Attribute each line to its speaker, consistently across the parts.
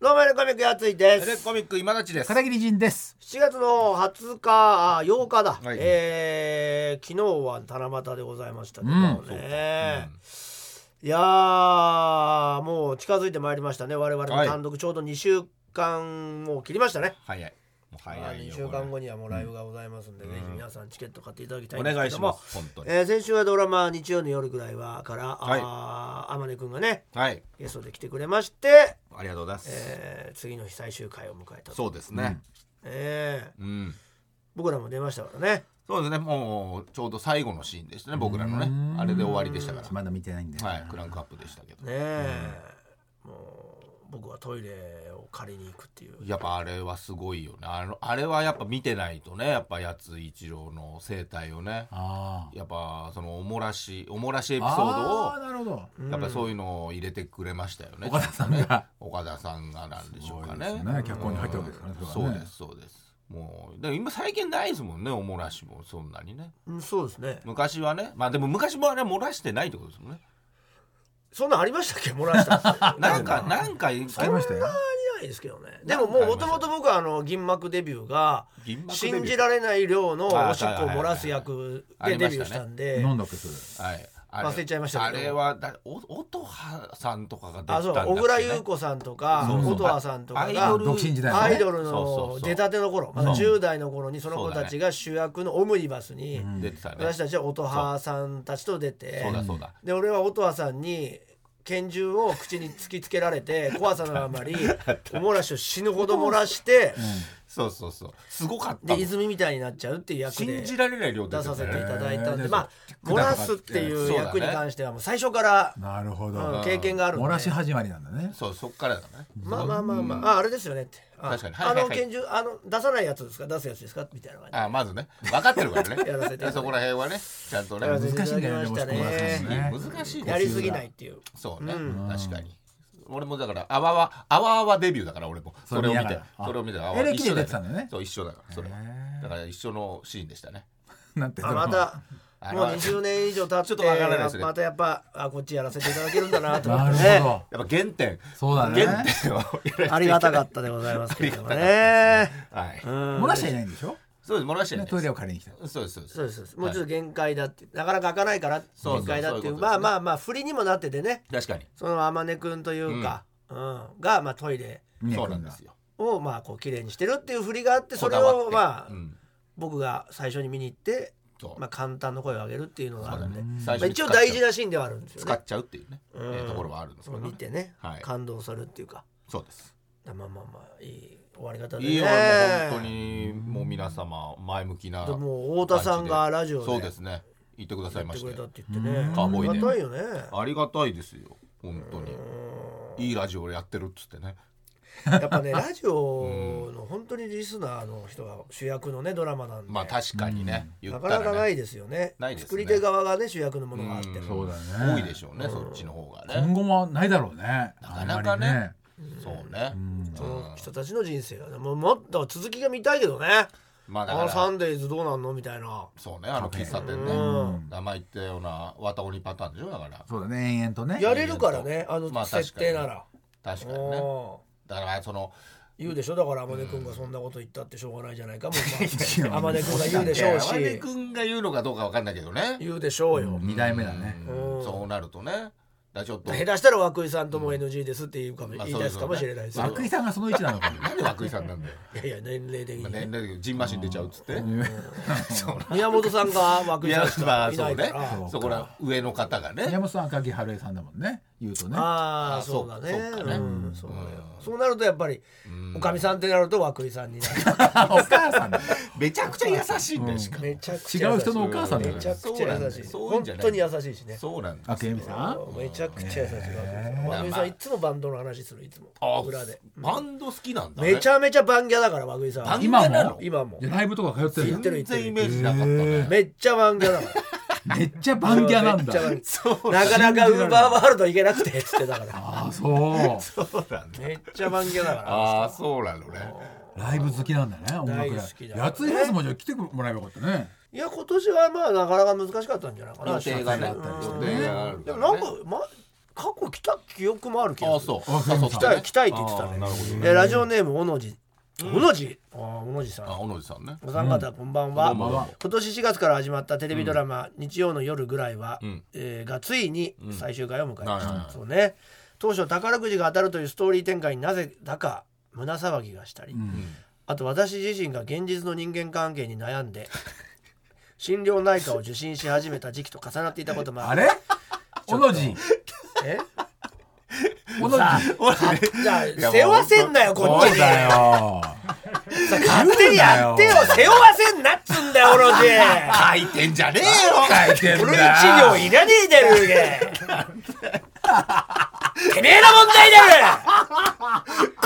Speaker 1: どうもエレコミックやついで
Speaker 2: エレ
Speaker 1: す
Speaker 2: コミック今立ちです
Speaker 3: 片桐仁です。
Speaker 1: 7月の20日あ8日だ、
Speaker 2: はい
Speaker 1: えー昨日は七夕でございましたけど
Speaker 3: うん
Speaker 2: そう
Speaker 1: ね、いやーもう近づいてまいりましたね我々の
Speaker 2: はい
Speaker 1: 単独ちょうど2週間を切りましたね、
Speaker 2: 早いもう
Speaker 1: まあ
Speaker 2: 早い
Speaker 1: 2
Speaker 2: よ
Speaker 1: 週間後
Speaker 2: こ
Speaker 1: にはもうライブがございますんで、
Speaker 2: うん
Speaker 1: ぜひ皆さんチケット買っていただきた
Speaker 2: れ
Speaker 1: いん
Speaker 2: お
Speaker 1: です
Speaker 2: 願
Speaker 1: け
Speaker 2: いし
Speaker 1: ど
Speaker 2: ます
Speaker 1: も、
Speaker 2: 本当に
Speaker 1: えー先週はドラマ日曜の夜ぐらいはから、
Speaker 2: はい
Speaker 1: あー天音くんがね
Speaker 2: はい
Speaker 1: ゲストで来てくれまして、
Speaker 2: ありがとうございます
Speaker 1: えー次の日最終回を迎えたと
Speaker 2: そうですね
Speaker 1: ええ
Speaker 2: うん
Speaker 1: 僕らも出ましたからね
Speaker 2: そうですねもうちょうど最後のシーンでしたね僕らの
Speaker 3: う
Speaker 2: ね
Speaker 3: ん
Speaker 2: あれで終わりでしたから
Speaker 3: まだ見てないんで。
Speaker 2: はいクランクアップでしたけど
Speaker 1: ねえ、もう僕はトイレを借りに行くっていう
Speaker 2: やっぱあれはすごいよねあのあれはやっぱ見てないとねやっぱやつ一郎の生態をね
Speaker 3: あ
Speaker 2: やっぱそのおもらしおもらしエ
Speaker 3: あ。
Speaker 2: ピソー
Speaker 3: ああ、
Speaker 2: ド
Speaker 3: なるほど。
Speaker 2: をやっぱそういうのを入れてくれましたよね
Speaker 3: 岡田 さんが。
Speaker 2: 岡田さんがなんでしょうか
Speaker 3: す
Speaker 2: ね
Speaker 3: ごいですね脚本に入ってるわけですからね
Speaker 2: うん
Speaker 3: それ
Speaker 2: そ
Speaker 3: は
Speaker 2: う
Speaker 3: ね
Speaker 2: ですそうですもうでも今最近ないですもんねおもらしもそんなにね
Speaker 1: うんそうですね
Speaker 2: 昔はねまあでも昔もあれは漏らしてないってことですもんね
Speaker 1: そんなんありましたっけ漏らしたって
Speaker 2: なんかなんか
Speaker 3: ありましたよ。
Speaker 1: ないですけどねでももうもともと僕はあの銀幕デビューが
Speaker 2: 銀幕デビュー
Speaker 1: 信じられない量のおしっこを漏らす役
Speaker 2: あ
Speaker 1: で
Speaker 2: りま
Speaker 1: デ
Speaker 2: し
Speaker 1: ビュー
Speaker 2: たね
Speaker 1: したんで
Speaker 3: 飲んだっけそれ。
Speaker 2: はいあ
Speaker 1: 忘れちゃいました
Speaker 2: あ
Speaker 1: けど
Speaker 2: れはだお音羽さんとかが出てた
Speaker 1: あ
Speaker 2: ん
Speaker 1: そ
Speaker 2: だ
Speaker 1: う
Speaker 2: っけね
Speaker 1: 小倉優子さんとか
Speaker 2: そうそう
Speaker 1: 音羽さんとかが
Speaker 2: アイドル
Speaker 3: 独身時代の
Speaker 1: ア
Speaker 3: ね。
Speaker 1: イドル
Speaker 2: そうそ
Speaker 1: の
Speaker 2: うそう
Speaker 1: 出たての頃まだ10代の頃にその子たちが主役のオムニバスに
Speaker 3: ん
Speaker 2: 出てたね
Speaker 1: 私たちは音羽さんたちと出て
Speaker 2: そうだそうだ
Speaker 1: で俺は音羽さんに拳銃を口に突きつけられ て怖さのあまりおもらしを死ぬほど漏らして
Speaker 2: そうそうそうすごかった
Speaker 1: で
Speaker 2: もん
Speaker 1: 泉みたいになっちゃうっていう役
Speaker 2: 信
Speaker 1: で
Speaker 2: じられない量
Speaker 1: 出
Speaker 2: 出
Speaker 1: さ
Speaker 2: て
Speaker 1: せ
Speaker 2: た
Speaker 1: てい
Speaker 2: ね
Speaker 1: ただいたんで
Speaker 3: えー
Speaker 1: まあ漏らすっていう役に関してはもう最初から
Speaker 3: なるほ
Speaker 1: うん
Speaker 3: ど。
Speaker 1: 経験があるんで
Speaker 3: 漏らし始まりなんだね。
Speaker 2: そうそっからだね
Speaker 1: まあまあまあまあああれですよねってあ
Speaker 2: 確かにはいはいはい
Speaker 1: あの拳銃あの出さないやつですか出すやつですかみたいな感じ
Speaker 2: あまずね分かってるからね
Speaker 1: やらせていただいて
Speaker 2: そこら辺はねちゃんとね
Speaker 1: やらせて
Speaker 3: 難しいんだよね。
Speaker 1: い
Speaker 3: も
Speaker 1: ただきましたね
Speaker 3: 漏らすのね。
Speaker 2: 難しいです
Speaker 1: やりすぎないっていう
Speaker 2: そうね、確かに俺もだからあわわあわあわデビューだから俺もそれ
Speaker 3: それ
Speaker 2: を
Speaker 3: 見
Speaker 2: 見
Speaker 3: な
Speaker 2: て
Speaker 3: が
Speaker 2: そ
Speaker 3: ら
Speaker 2: れ
Speaker 3: あ
Speaker 2: を見てあ
Speaker 3: エレキ
Speaker 2: 一
Speaker 3: で
Speaker 2: 緒だよ
Speaker 3: 出てたんだよね
Speaker 2: そう一緒だからそれはだから一緒のシーンでしたね
Speaker 3: なんて。
Speaker 1: あまた
Speaker 2: あれ
Speaker 1: もう
Speaker 2: は
Speaker 1: 20年以上経って
Speaker 2: ちょっとわからないですね
Speaker 1: またやっぱあこっちやらせていただけるんだなと思
Speaker 3: な
Speaker 1: っ
Speaker 3: る
Speaker 1: てね
Speaker 3: ほど。
Speaker 2: やっぱ原点
Speaker 3: そうだ
Speaker 2: 原
Speaker 3: ね。
Speaker 2: 点を
Speaker 1: ありがたかったでございますけれどもね。
Speaker 2: はい、
Speaker 1: 漏
Speaker 3: 漏らしちゃいないんでしょ。
Speaker 2: そうです漏らしてな
Speaker 3: ね
Speaker 2: いです
Speaker 3: トイレを借りに来た。
Speaker 2: そうですそうです
Speaker 1: そうですそうですもうちょっと限界だって、なかなか開かないから
Speaker 2: そうそう
Speaker 1: 限界だっていう
Speaker 2: そういうことですね
Speaker 1: まあまあまあ振りにもなっててね
Speaker 2: 確かに
Speaker 1: その天音くんというか、うんが、まあ、トイレ
Speaker 3: 峰
Speaker 2: そ
Speaker 3: 君
Speaker 2: う
Speaker 3: が
Speaker 2: なんですよ
Speaker 1: をまあこう綺麗にしてるっていう振りがあってそれ
Speaker 2: こだわっ
Speaker 1: を
Speaker 2: て
Speaker 1: まあ、
Speaker 2: うん
Speaker 1: 僕が最初に見に行って、
Speaker 2: そう
Speaker 1: まあ、簡単な声を上げるっていうのがあ
Speaker 2: そう
Speaker 1: る
Speaker 2: だ
Speaker 1: んで、
Speaker 2: ね
Speaker 1: ま
Speaker 2: 最
Speaker 1: あ、
Speaker 2: 初に
Speaker 1: 一
Speaker 2: 使っ
Speaker 1: 応
Speaker 2: ちゃう
Speaker 1: 大事なシーンではあるんですよ
Speaker 2: 使
Speaker 1: ね
Speaker 2: っちゃうっていうね、えーところはあるんです
Speaker 1: そ
Speaker 2: けど
Speaker 1: う
Speaker 2: ね
Speaker 1: 見てね、
Speaker 2: はい
Speaker 1: 感動するっていうか
Speaker 2: そうです
Speaker 1: まあまあまあいい終わり方でね
Speaker 2: いいよ、俺も本当にもう皆様前向きな
Speaker 1: でも太田さんがラジオで
Speaker 2: そうですね言ってくださ
Speaker 1: や
Speaker 2: い
Speaker 1: っ
Speaker 2: ま
Speaker 1: て
Speaker 2: し
Speaker 1: く
Speaker 2: て
Speaker 1: れたって言ってね
Speaker 2: カウボーイ
Speaker 1: あ
Speaker 2: ね
Speaker 1: りがたいよね
Speaker 2: ありがたいですよ本当にいいラジオやってるっつってね
Speaker 1: やっぱねラジオの本当にリスナーの人が主役のねドラマなんで、
Speaker 2: まあ確かにね、言
Speaker 1: な
Speaker 2: った、
Speaker 1: から
Speaker 2: ね、
Speaker 1: なかないですよね
Speaker 2: ないですね
Speaker 1: 作り手側がね主役のものがあって
Speaker 2: うん
Speaker 3: そうだね。
Speaker 2: 多いでしょうね、そっちの方が
Speaker 3: 今
Speaker 2: ね
Speaker 3: 後もないだろうね。
Speaker 2: なかなかね
Speaker 3: あんま
Speaker 2: そうね、
Speaker 1: その人たちの人生がねもうもっと続きが見たいけどね
Speaker 2: まあだ
Speaker 1: あ
Speaker 2: か
Speaker 1: のサ
Speaker 2: ら
Speaker 1: ンデーズどうなんのみたいな
Speaker 2: そうねあの喫茶店ね、名前言ったような綿鬼パターンでしょだから
Speaker 3: そうだね。延々とね。
Speaker 1: やれるからねあ
Speaker 2: ま
Speaker 1: の
Speaker 2: あ
Speaker 1: 設定なら、
Speaker 2: 確かにね
Speaker 1: うん
Speaker 2: だからその
Speaker 1: 言うでしょだから天音君がそんなこと言ったってしょうがないじゃないかも
Speaker 3: いや
Speaker 1: う、まあ、天音君が言うでしょう
Speaker 2: 山根
Speaker 1: し
Speaker 2: 君が言うのかどうかわかんないけどね、
Speaker 1: 言うでしょうよ、
Speaker 3: 二代目だね。
Speaker 2: うんそうなるとねだからちょっと
Speaker 1: 下手したら涌井さんとも NG ですって言うかも、
Speaker 2: まあ
Speaker 1: 言い出すかもしれないですけど
Speaker 3: 涌井さんがその位置なのかも。
Speaker 2: なんで涌井さんなんだよ
Speaker 1: いやいや年齢的に、ね
Speaker 2: 年齢ジンマシン出ちゃうっつって、
Speaker 1: 宮本さんが涌井さんしかいないから、
Speaker 2: いやまあそうね
Speaker 3: うか
Speaker 2: そこら上の方がね
Speaker 3: 山本さん赤木春江さんだもんね言うとね
Speaker 1: ああ
Speaker 2: あ
Speaker 1: そうだね
Speaker 2: そうかそうかね
Speaker 1: うんそうだよそうなるとやっぱりおかみさんってなると涌井さんになる
Speaker 3: お母さんだ
Speaker 2: めちゃくちゃ優しいんだよしかも
Speaker 1: めちゃくちゃ
Speaker 3: 違
Speaker 1: 優
Speaker 3: う
Speaker 1: しい
Speaker 3: 人のお母さんだ
Speaker 1: め
Speaker 3: よ
Speaker 1: ちゃくちゃ優しい
Speaker 2: そうなん
Speaker 1: 本
Speaker 2: だよ
Speaker 1: 当に優しいしね
Speaker 2: そうなんだ
Speaker 3: 赤江美さんあ
Speaker 1: めちゃくちゃ優しい涌井さんいつもバンドの話するいつ
Speaker 2: あ
Speaker 1: も裏で
Speaker 2: バンド好きなんだね
Speaker 1: めちゃめちゃバンギャだから涌井さん
Speaker 2: バ
Speaker 1: は
Speaker 2: ンギャ
Speaker 3: 今
Speaker 2: なの
Speaker 3: も
Speaker 1: 今も
Speaker 3: いやライブとか通ってる
Speaker 1: 言ってる言
Speaker 2: 全
Speaker 1: ってる
Speaker 2: 然イメージなかったね、
Speaker 1: めっちゃバンギャだから
Speaker 3: めっちゃバンギャなん
Speaker 1: め
Speaker 3: だ
Speaker 1: っちゃバンギ
Speaker 2: そう
Speaker 1: ャなかなかウーバーワールド行けなくてっつってた から
Speaker 3: ああそう
Speaker 2: そうなんだ
Speaker 1: めっちゃバンギャだから
Speaker 2: ああそうなのね
Speaker 3: ライブ好きなんだね音楽
Speaker 1: 大
Speaker 3: が
Speaker 1: 好きだ
Speaker 3: やついはずもじゃあ来てもらえばよかったね
Speaker 1: いや今年はまあなかなか難しかったんじゃないかな
Speaker 2: 予定がね
Speaker 3: あったり
Speaker 2: 予
Speaker 3: してね
Speaker 2: 定がある
Speaker 1: でも
Speaker 2: ら
Speaker 1: な
Speaker 2: ね
Speaker 1: んか、ま、過去来た記憶もあるけど
Speaker 2: ああそう
Speaker 3: あそう
Speaker 2: あそう
Speaker 1: 来たい来たいって言ってた
Speaker 2: あ
Speaker 1: ね
Speaker 2: ーなるほど
Speaker 1: えー
Speaker 2: ね
Speaker 1: ラジオネームおのじおのじあーおのじさん
Speaker 2: あ小野寺さんね
Speaker 1: お三方こんばんは、
Speaker 2: こんばんは
Speaker 1: 今年4月から始まったテレビドラマ「日曜の夜ぐらいは」
Speaker 2: うん
Speaker 1: えーがついに最終回を迎えました、
Speaker 2: うんはいはいはい
Speaker 1: そうね当初宝くじが当たるというストーリー展開になぜだか胸騒ぎがしたり、
Speaker 3: うん
Speaker 1: あと私自身が現実の人間関係に悩んで心療内科を受診し始めた時期と重なっていたことも
Speaker 3: あ
Speaker 1: ある
Speaker 3: れおのじ
Speaker 1: え
Speaker 3: おのじ
Speaker 1: じゃあ背負わせんなよこっち
Speaker 3: そう
Speaker 1: に
Speaker 3: だよ
Speaker 1: さ勝手にやってよ背負わせんなっつんだよオロジ
Speaker 2: 書いてんじゃねえよ
Speaker 3: 書いてん
Speaker 1: 俺に
Speaker 3: だ
Speaker 1: 治療いらねえだろうがてめえの問題だ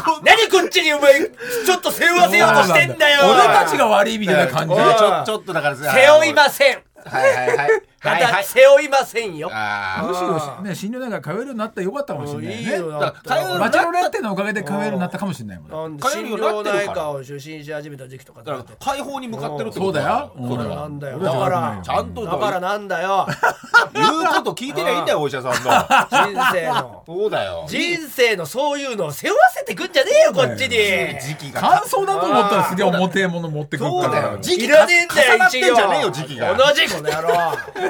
Speaker 1: ろ何こっちにお前ちょっと背負わせようとしてんだよ
Speaker 3: 俺たちが悪いみたいな感じ
Speaker 2: ち
Speaker 1: おい
Speaker 2: ょちょっとだからさ
Speaker 1: 背負いません
Speaker 2: はいはい
Speaker 1: ま
Speaker 2: はいはいは
Speaker 1: た
Speaker 2: い
Speaker 1: 背負いませんよ
Speaker 2: あ
Speaker 3: む
Speaker 2: ー
Speaker 3: しろね心療内科通えるようになったらよかったかもしれないよね
Speaker 2: だから
Speaker 3: バチェロレッテのおかげで通えるようになったかもしれないもんね
Speaker 1: なんで心療内科を受診し始めた時期とか
Speaker 2: だ
Speaker 1: だ
Speaker 2: から
Speaker 1: って
Speaker 2: 解放に向かってるって
Speaker 3: そ
Speaker 2: こ
Speaker 3: う
Speaker 2: と
Speaker 3: だよ
Speaker 2: それは
Speaker 1: なんだよ
Speaker 3: 俺た
Speaker 1: だ
Speaker 3: ち
Speaker 1: か
Speaker 3: は
Speaker 1: ら
Speaker 2: ちゃんと
Speaker 1: だからなんだよ
Speaker 2: 言うこと聞いてりゃいいんだよお医者さん の
Speaker 1: 人生の
Speaker 2: そうだよ
Speaker 1: 人生のそういうのを背負わせてくんじゃねえよこっちに
Speaker 2: 時期が
Speaker 3: 感想だと思ったらすげえ重てえもの持ってくる
Speaker 2: そう
Speaker 3: か
Speaker 2: だ
Speaker 3: ら
Speaker 2: よ時期
Speaker 1: いらねえんだよ
Speaker 2: 重なっ
Speaker 1: 一
Speaker 2: てんじゃねえよ時期が
Speaker 1: 応同じこの 野郎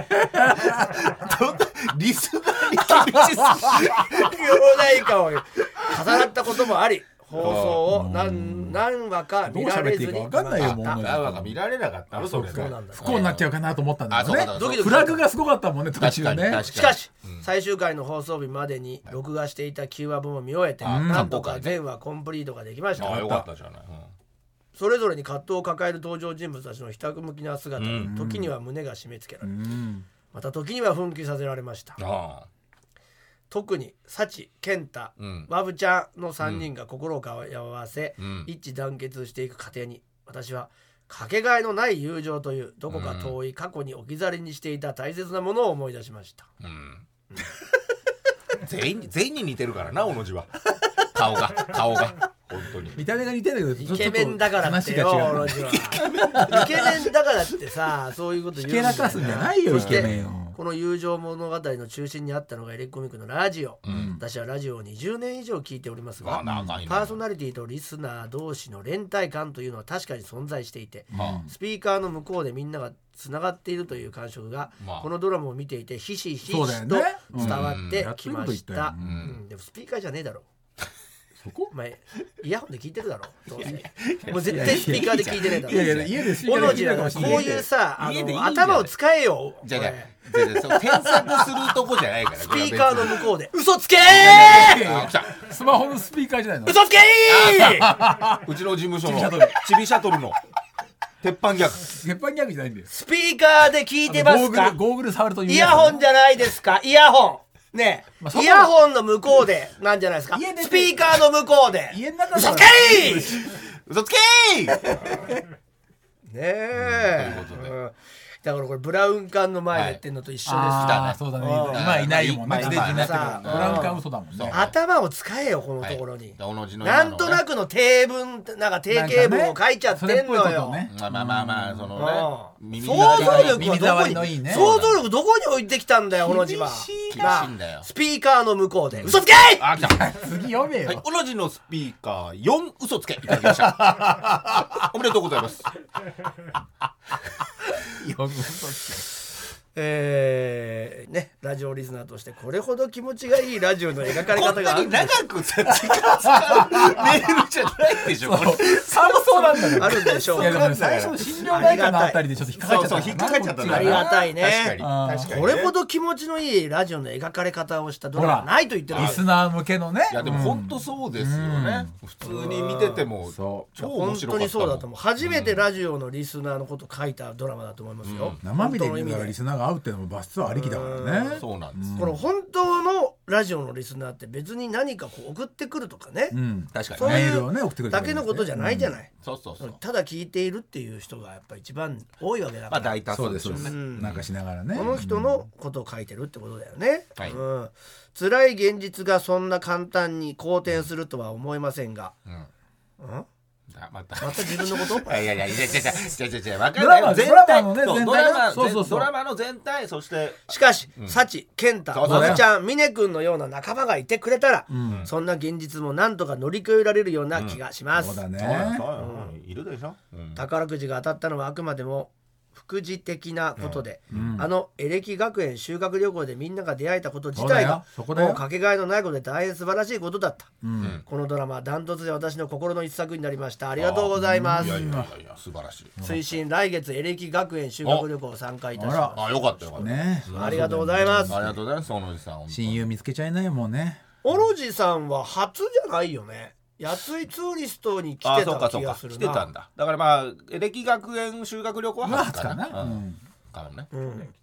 Speaker 2: リスナーに厳 しすぎる
Speaker 1: 両内科を重なったこともあり放送を何何話か
Speaker 3: どう
Speaker 1: 見ら
Speaker 3: 喋
Speaker 1: れ
Speaker 3: ってい
Speaker 1: ず
Speaker 3: いか
Speaker 1: に
Speaker 3: 分かんないよもう
Speaker 1: また
Speaker 2: あわが見られなかったのそれ
Speaker 1: そうなんだ
Speaker 3: 不幸になっちゃうかなと思ったんだも
Speaker 2: あ
Speaker 3: ん
Speaker 2: そ
Speaker 3: ね
Speaker 2: うか
Speaker 1: ドキドキ
Speaker 3: フラグがすごかったもんね途
Speaker 2: 確か
Speaker 3: 中
Speaker 2: に
Speaker 3: ね
Speaker 2: 確
Speaker 1: しか
Speaker 2: か
Speaker 1: し、最終回の放送日までに録画していた9話分を見終えて、
Speaker 2: あ
Speaker 1: なんとか
Speaker 2: 過去回ね
Speaker 1: 全話コンプリートができまし
Speaker 2: にああ
Speaker 1: た
Speaker 2: よかったじゃない
Speaker 1: それぞれに葛藤を抱える登場人物たちのひたむきな姿に、
Speaker 2: うん
Speaker 1: 時には胸が締め付けら
Speaker 3: う
Speaker 1: れ
Speaker 3: ん
Speaker 1: また時には奮起させられました
Speaker 2: うんああ
Speaker 1: 特に幸健太
Speaker 2: うん
Speaker 1: わぶちゃんの3人が心を交わせ、
Speaker 2: うん
Speaker 1: 一致団結していく過程に私はかけがえのない友情というどこか遠い過去に置き去りにしていた大切なものを思い出しました
Speaker 2: うん 全員に全員に似てるからな小野寺は顔が顔が本当に
Speaker 3: 見た目が似てるけ
Speaker 1: イ
Speaker 3: ど
Speaker 1: ケメンだからってよ
Speaker 3: ちょっと話
Speaker 1: オ
Speaker 3: が
Speaker 1: ロ
Speaker 3: 違う
Speaker 1: ジはイケメンだからってさそういうこと言
Speaker 3: ひ
Speaker 1: う
Speaker 3: けらかすんじゃないよ
Speaker 1: そ
Speaker 3: イ
Speaker 1: し
Speaker 3: ケメン
Speaker 1: て
Speaker 3: を
Speaker 1: この友情物語の中心にあったのがエレコミックのラジオ、
Speaker 2: うん
Speaker 1: 私はラジオを20年以上聞いております
Speaker 2: まあ
Speaker 1: が
Speaker 2: 長いな
Speaker 1: パーソナリティとリスナー同士の連帯感というのは確かに存在していて
Speaker 2: ま
Speaker 1: スピーカーの向こうでみんながつながっているという感触が、
Speaker 2: まあ
Speaker 1: このドラマを見ていてひしひし
Speaker 3: そ
Speaker 1: と
Speaker 3: うだよ
Speaker 1: 伝
Speaker 3: ね
Speaker 1: わって
Speaker 3: うん
Speaker 1: きましたう
Speaker 3: やっといいこと言ったようん
Speaker 2: ん
Speaker 1: でもスピーカーじゃねえだろ
Speaker 3: そこ
Speaker 1: お前イヤホンで聞いてるだろどうせもう絶対スピーカーで聞いてないだ
Speaker 3: いやいや
Speaker 1: ろ
Speaker 3: 家でスピ
Speaker 1: お
Speaker 3: ーカー
Speaker 1: の
Speaker 3: で聞い
Speaker 1: じ
Speaker 3: て
Speaker 1: だ
Speaker 3: る
Speaker 1: か
Speaker 3: からもし
Speaker 1: こ
Speaker 3: れ
Speaker 1: う
Speaker 3: ない
Speaker 1: いうさあ
Speaker 2: 家でいい
Speaker 1: の
Speaker 2: んだよ
Speaker 1: 頭を使えよ
Speaker 2: じゃあ
Speaker 1: お
Speaker 2: じ
Speaker 1: い
Speaker 2: ゃあじゃあじゃあそう添削するとこじゃないから
Speaker 1: スピーカーの向こうで嘘つけー
Speaker 2: あ来た
Speaker 3: スマホのスピーカーじゃないの
Speaker 1: 嘘つけ ー
Speaker 2: うちの事務所の
Speaker 3: チビシャトル
Speaker 2: チビシャトルの鉄板ギャグ
Speaker 3: 鉄板ギャグじゃないんだよ
Speaker 1: スピーカーで聞いてます
Speaker 3: ゴー
Speaker 1: か
Speaker 3: グルゴーグル触るという
Speaker 1: イヤホンじゃないですかイヤホンねえ、
Speaker 3: まあそこ
Speaker 1: イヤホンの向こうでなんじゃないですか
Speaker 3: 家で
Speaker 1: スピーカーの向こうで
Speaker 3: 家の中
Speaker 1: 嘘
Speaker 3: だ
Speaker 1: つけ
Speaker 3: から
Speaker 1: ー
Speaker 2: 嘘つけー
Speaker 1: ねえ、
Speaker 2: うんということで
Speaker 1: うんだからこれブラウン管の前で言ってんのと一緒です、
Speaker 3: あーそうだね
Speaker 1: うん
Speaker 3: 今いないもん
Speaker 2: まあ
Speaker 3: ねステージになって
Speaker 1: まあ
Speaker 3: からブラウンカ嘘だもん
Speaker 2: そう
Speaker 3: ね
Speaker 1: 頭を使えよこの
Speaker 2: は
Speaker 1: と
Speaker 2: い
Speaker 1: ころに、
Speaker 2: じゃあおのじの今
Speaker 1: な
Speaker 2: のね
Speaker 1: んとなくの定文なんか定型文を書いちゃってんの
Speaker 3: なんかねそれっぽいこ
Speaker 1: よ、
Speaker 3: とね
Speaker 2: まあまあまあまあその
Speaker 1: うん
Speaker 2: ね耳
Speaker 1: 想
Speaker 2: が
Speaker 1: 像
Speaker 2: ね
Speaker 1: 力
Speaker 3: 耳
Speaker 1: はどこ
Speaker 3: 障
Speaker 1: に
Speaker 3: りのいいね
Speaker 1: 想像力どこに置いてきたんだよ、おのじは。
Speaker 3: 厳
Speaker 2: しいな厳しいんだよ
Speaker 1: スピーカーの向こうで。嘘つけ
Speaker 2: あ来た
Speaker 3: 次読め
Speaker 2: はい
Speaker 3: よ、
Speaker 2: オロジのスピーカー4嘘つけいただきまし たおめでとうございます
Speaker 1: えー、ね、ラジオリスナーとしてこれほど気持ちがいいラジオの描かれ
Speaker 2: こ
Speaker 1: 方
Speaker 2: ん
Speaker 1: があ
Speaker 2: な
Speaker 1: る
Speaker 2: に長くさ時間使うメールじゃないでしょこれ
Speaker 3: 寒そうなんだよ
Speaker 1: あるんでしょう
Speaker 3: いやで
Speaker 1: か。
Speaker 3: も最初心療内科のあたりでちょっと引っかかっちゃった
Speaker 2: そうそう引っかかっちゃったんだ
Speaker 1: ありがたいね
Speaker 2: 確
Speaker 3: あ
Speaker 2: か
Speaker 3: ー
Speaker 2: に確かに
Speaker 1: これほど気持ちのいいラジオの描かれ方をしたドラマはないと言ってる
Speaker 3: リスナー向けのね
Speaker 2: いやでも本当そうですよね普通に見てても超
Speaker 3: そう
Speaker 2: 面
Speaker 1: 本
Speaker 2: 白
Speaker 1: 当
Speaker 2: かった
Speaker 1: にそうだと
Speaker 2: も
Speaker 1: 思う初めてラジオのリスナーのこと書いたドラマだと思いますよ、
Speaker 3: 生身で見
Speaker 1: 本当の意
Speaker 3: る
Speaker 1: 味
Speaker 3: からリスナーが合うっていうのもバスツアーありきだからね
Speaker 2: んそうなんです
Speaker 1: この本当のラジオのリスナーって別に何かこう送ってくるとかね、
Speaker 3: うん
Speaker 2: 確か
Speaker 1: そう
Speaker 2: にね
Speaker 1: い
Speaker 3: メールをね送ってく
Speaker 1: う
Speaker 3: れた
Speaker 1: だ
Speaker 3: り
Speaker 1: け
Speaker 3: ね
Speaker 1: のことじゃないじゃない、
Speaker 2: そうそうそう
Speaker 1: ただ聞いているっていう人がやっぱ一番多いわけだ
Speaker 2: ま
Speaker 1: か
Speaker 2: あ
Speaker 1: ら、
Speaker 2: 大多
Speaker 3: そ
Speaker 2: 数
Speaker 3: う
Speaker 2: で
Speaker 3: で
Speaker 2: し
Speaker 3: す
Speaker 2: ょ
Speaker 3: そううで
Speaker 2: ね
Speaker 3: すなんかしながらね
Speaker 1: この人のことを書いてるってことだよね、
Speaker 2: はい
Speaker 1: うん、辛 い現実がそんな簡単に好転するとは思いませんが、
Speaker 2: うん
Speaker 1: うん
Speaker 2: だまた。
Speaker 1: また自分のこと
Speaker 2: いやいやいやいやいやいやいやいやわか
Speaker 3: ド
Speaker 2: んない
Speaker 3: ラマ
Speaker 2: よ全
Speaker 3: ドラマ
Speaker 2: 体
Speaker 3: のね
Speaker 2: そう
Speaker 3: 全体
Speaker 2: ドラマ
Speaker 3: そうそうそ
Speaker 2: ド
Speaker 3: う
Speaker 2: ラマの全体そして
Speaker 1: しかし、幸健太
Speaker 2: そう
Speaker 3: そう
Speaker 1: まずちゃん峰君のような仲間がいてくれたら、
Speaker 3: ん
Speaker 1: そんな現実もなんとか乗り越えられるような気がします、
Speaker 3: そうだ
Speaker 2: そうよ
Speaker 3: ね
Speaker 2: そうよいるでしょ。うん
Speaker 1: 宝くじが当たったのはあくまでも副次的なことで、
Speaker 3: ん
Speaker 1: あのエレキ学園修学旅行でみんなが出会えたこと自
Speaker 3: そうだ
Speaker 1: 体が
Speaker 3: よそこだよ
Speaker 1: もうかけがえのないことで大変素晴らしいことだった、
Speaker 3: うん
Speaker 1: このドラマはダントツで私の心の一作になりましたありがとうございま
Speaker 2: い
Speaker 1: す
Speaker 2: やいやいやいや素晴らしい。
Speaker 1: 推進来月エレキ学園修学旅行を参加いたしま
Speaker 2: あよかったよかった。
Speaker 3: ね
Speaker 1: すありがとうございます
Speaker 2: ありがとうございますそのおじさん。
Speaker 3: 親友見つけちゃいないよもうね
Speaker 1: オロジさんは初じゃないよね安いツーリストに来
Speaker 2: あ
Speaker 1: て
Speaker 2: そうか
Speaker 1: た
Speaker 2: そ
Speaker 1: 気
Speaker 2: う
Speaker 1: が
Speaker 2: か
Speaker 1: する
Speaker 2: 来
Speaker 1: な
Speaker 2: てたんだ。だからまあエレキ学園修学旅行は
Speaker 3: まあ
Speaker 2: 初
Speaker 3: 初
Speaker 2: か
Speaker 3: かな
Speaker 2: な。う
Speaker 3: うんん
Speaker 2: かもね。
Speaker 1: うん、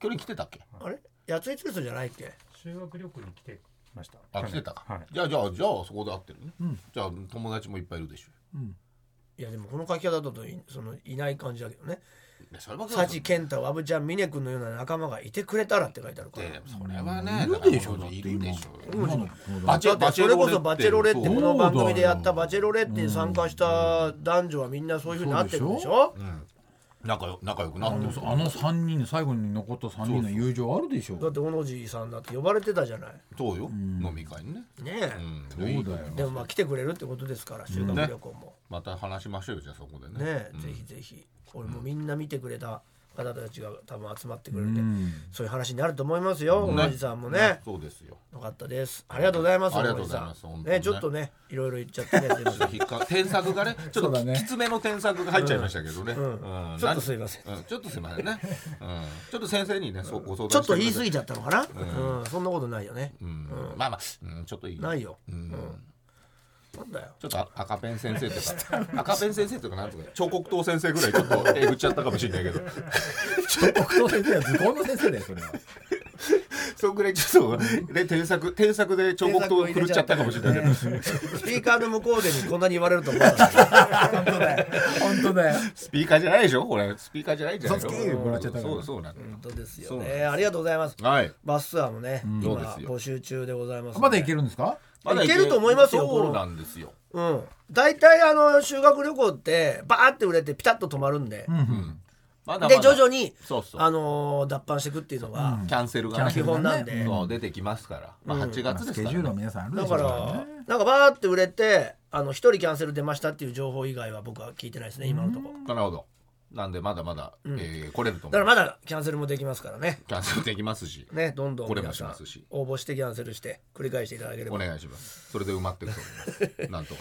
Speaker 2: 去年来てたっけ？
Speaker 1: あれ安いツーリストじゃないっけ
Speaker 4: 修学旅行に来てました。
Speaker 2: あ来てたか
Speaker 4: はい。。
Speaker 2: じゃあじゃあじゃあそこで会ってるね。じゃあ友達もいっぱいいるでしょ。
Speaker 1: いやでもこの書き方だといそのいない感じだけどね
Speaker 2: いやそれは
Speaker 1: 幸健太わぶちゃん峰君のような仲間がいてくれたらって書いてあるから
Speaker 2: でそれはね
Speaker 3: いるでしょ
Speaker 2: だからい
Speaker 3: だって
Speaker 2: る
Speaker 3: 今
Speaker 2: でしょ
Speaker 3: 今の
Speaker 2: バチェ
Speaker 1: だってそれこそバ
Speaker 2: バ
Speaker 1: チ
Speaker 2: チ
Speaker 1: ェ
Speaker 2: ェ
Speaker 1: ロ
Speaker 2: ロ
Speaker 1: レ
Speaker 2: レ
Speaker 1: っ
Speaker 2: ってて
Speaker 1: この番組でやっ
Speaker 3: そ
Speaker 1: た
Speaker 3: うだよ
Speaker 1: バチェロレってに参加した男女はみんなそういうふうになってるんでしょ
Speaker 2: 仲よ仲良くなってる
Speaker 3: そうあの三人の最後に残った三人の友情あるでしょ
Speaker 1: だって小野寺さんだって呼ばれてたじゃない
Speaker 2: そうよ飲み会にね
Speaker 1: ね
Speaker 2: う
Speaker 1: え、
Speaker 2: ん
Speaker 3: そうだよ
Speaker 1: でもまあ来てくれるってことですから修学旅行も、
Speaker 2: また話しましょうよじゃあそこでね
Speaker 1: ねえ、ぜひぜひ俺もみんな見てくれた方たちが多分集まってくれて、そういう話になると思いますよ、おじさんもね、
Speaker 2: そうですよ
Speaker 1: よかったですありがとうございます
Speaker 2: ありがとうございます
Speaker 1: おじさん
Speaker 2: 本当に
Speaker 1: ね
Speaker 2: ね
Speaker 1: ちょっとねいろいろ言っちゃってねすいま せん
Speaker 2: 引っか添削がねちょ
Speaker 3: そ
Speaker 2: っ
Speaker 3: うだ
Speaker 2: と
Speaker 3: ね
Speaker 2: きつめの添削が入っちゃいましたけどね
Speaker 1: ん
Speaker 2: うん
Speaker 1: ちょっとすいませ
Speaker 2: うんちょっとすいませんねうんちょっと先生にねそうご相談
Speaker 1: ちょっと言い過ぎち
Speaker 2: て
Speaker 1: ゃったのかな、うんそんなことないよね、
Speaker 2: うんまあまあうんちょっといい
Speaker 1: ないよ、
Speaker 2: うん
Speaker 1: なんだよ
Speaker 2: ちょっと赤ペン先生とか 赤ペン先生とかなんとか彫刻刀先生ぐらいちょっとえぐっちゃったかもしれないけど
Speaker 3: 彫刻刀先生は図工の先生だよそれは
Speaker 2: そんぐらいちょっとね添削添削で彫刻刀を狂っちゃったかもしれないけ ど
Speaker 1: スピーカーの向こうでにこんなに言われると思わなかった
Speaker 3: 本当だよ本当だよ
Speaker 2: スピーカーじゃないでしょこれスピーカーじゃないんじゃない
Speaker 3: 嘘つけよもらっちゃったから
Speaker 2: そうそうなんだよ
Speaker 1: 本当ですよ
Speaker 2: そうなん
Speaker 1: ね、
Speaker 2: で
Speaker 1: ありがとうございます
Speaker 2: はい
Speaker 1: バスツアーもね、今
Speaker 2: そうですよ
Speaker 1: 募集中でございます
Speaker 3: まだいけ
Speaker 1: る
Speaker 3: るんですか
Speaker 1: いけると思いますよこ
Speaker 2: そ
Speaker 1: の
Speaker 2: うなんですよ
Speaker 1: うん大体あの修学旅行ってバーって売れてピタッと止まるんで、
Speaker 3: うん
Speaker 2: まだま
Speaker 1: で
Speaker 2: だ
Speaker 1: 徐々に
Speaker 2: そうそう
Speaker 1: あのー脱藩していくっていうのが
Speaker 2: キャンセルがね
Speaker 1: 基本なんで、
Speaker 3: う
Speaker 2: そう出てきますからまあ8
Speaker 3: まあ
Speaker 2: 月
Speaker 3: ス
Speaker 2: です
Speaker 3: ケ
Speaker 2: か
Speaker 3: ジ
Speaker 2: ら
Speaker 3: ュールは
Speaker 2: ね
Speaker 3: 皆さんあるで
Speaker 1: だ
Speaker 3: し
Speaker 1: か
Speaker 3: ょう
Speaker 1: ら
Speaker 3: ね
Speaker 1: なんかバーって売れてあの一人キャンセル出ましたっていう情報以外は僕は聞いてないですね今のところ
Speaker 2: なるほどなんでまだまだえー来れる
Speaker 1: だ
Speaker 2: と思
Speaker 1: から
Speaker 2: う
Speaker 1: まだキャンセルもできますからね
Speaker 2: キャンセルできますし
Speaker 1: ねどんどん
Speaker 2: これ
Speaker 1: 皆
Speaker 2: もし
Speaker 1: さん
Speaker 2: ますし
Speaker 1: 応募してキャンセルして繰り返していただけれ
Speaker 2: お
Speaker 1: ば
Speaker 2: 願いしますそれで埋まってると思い ますなんとか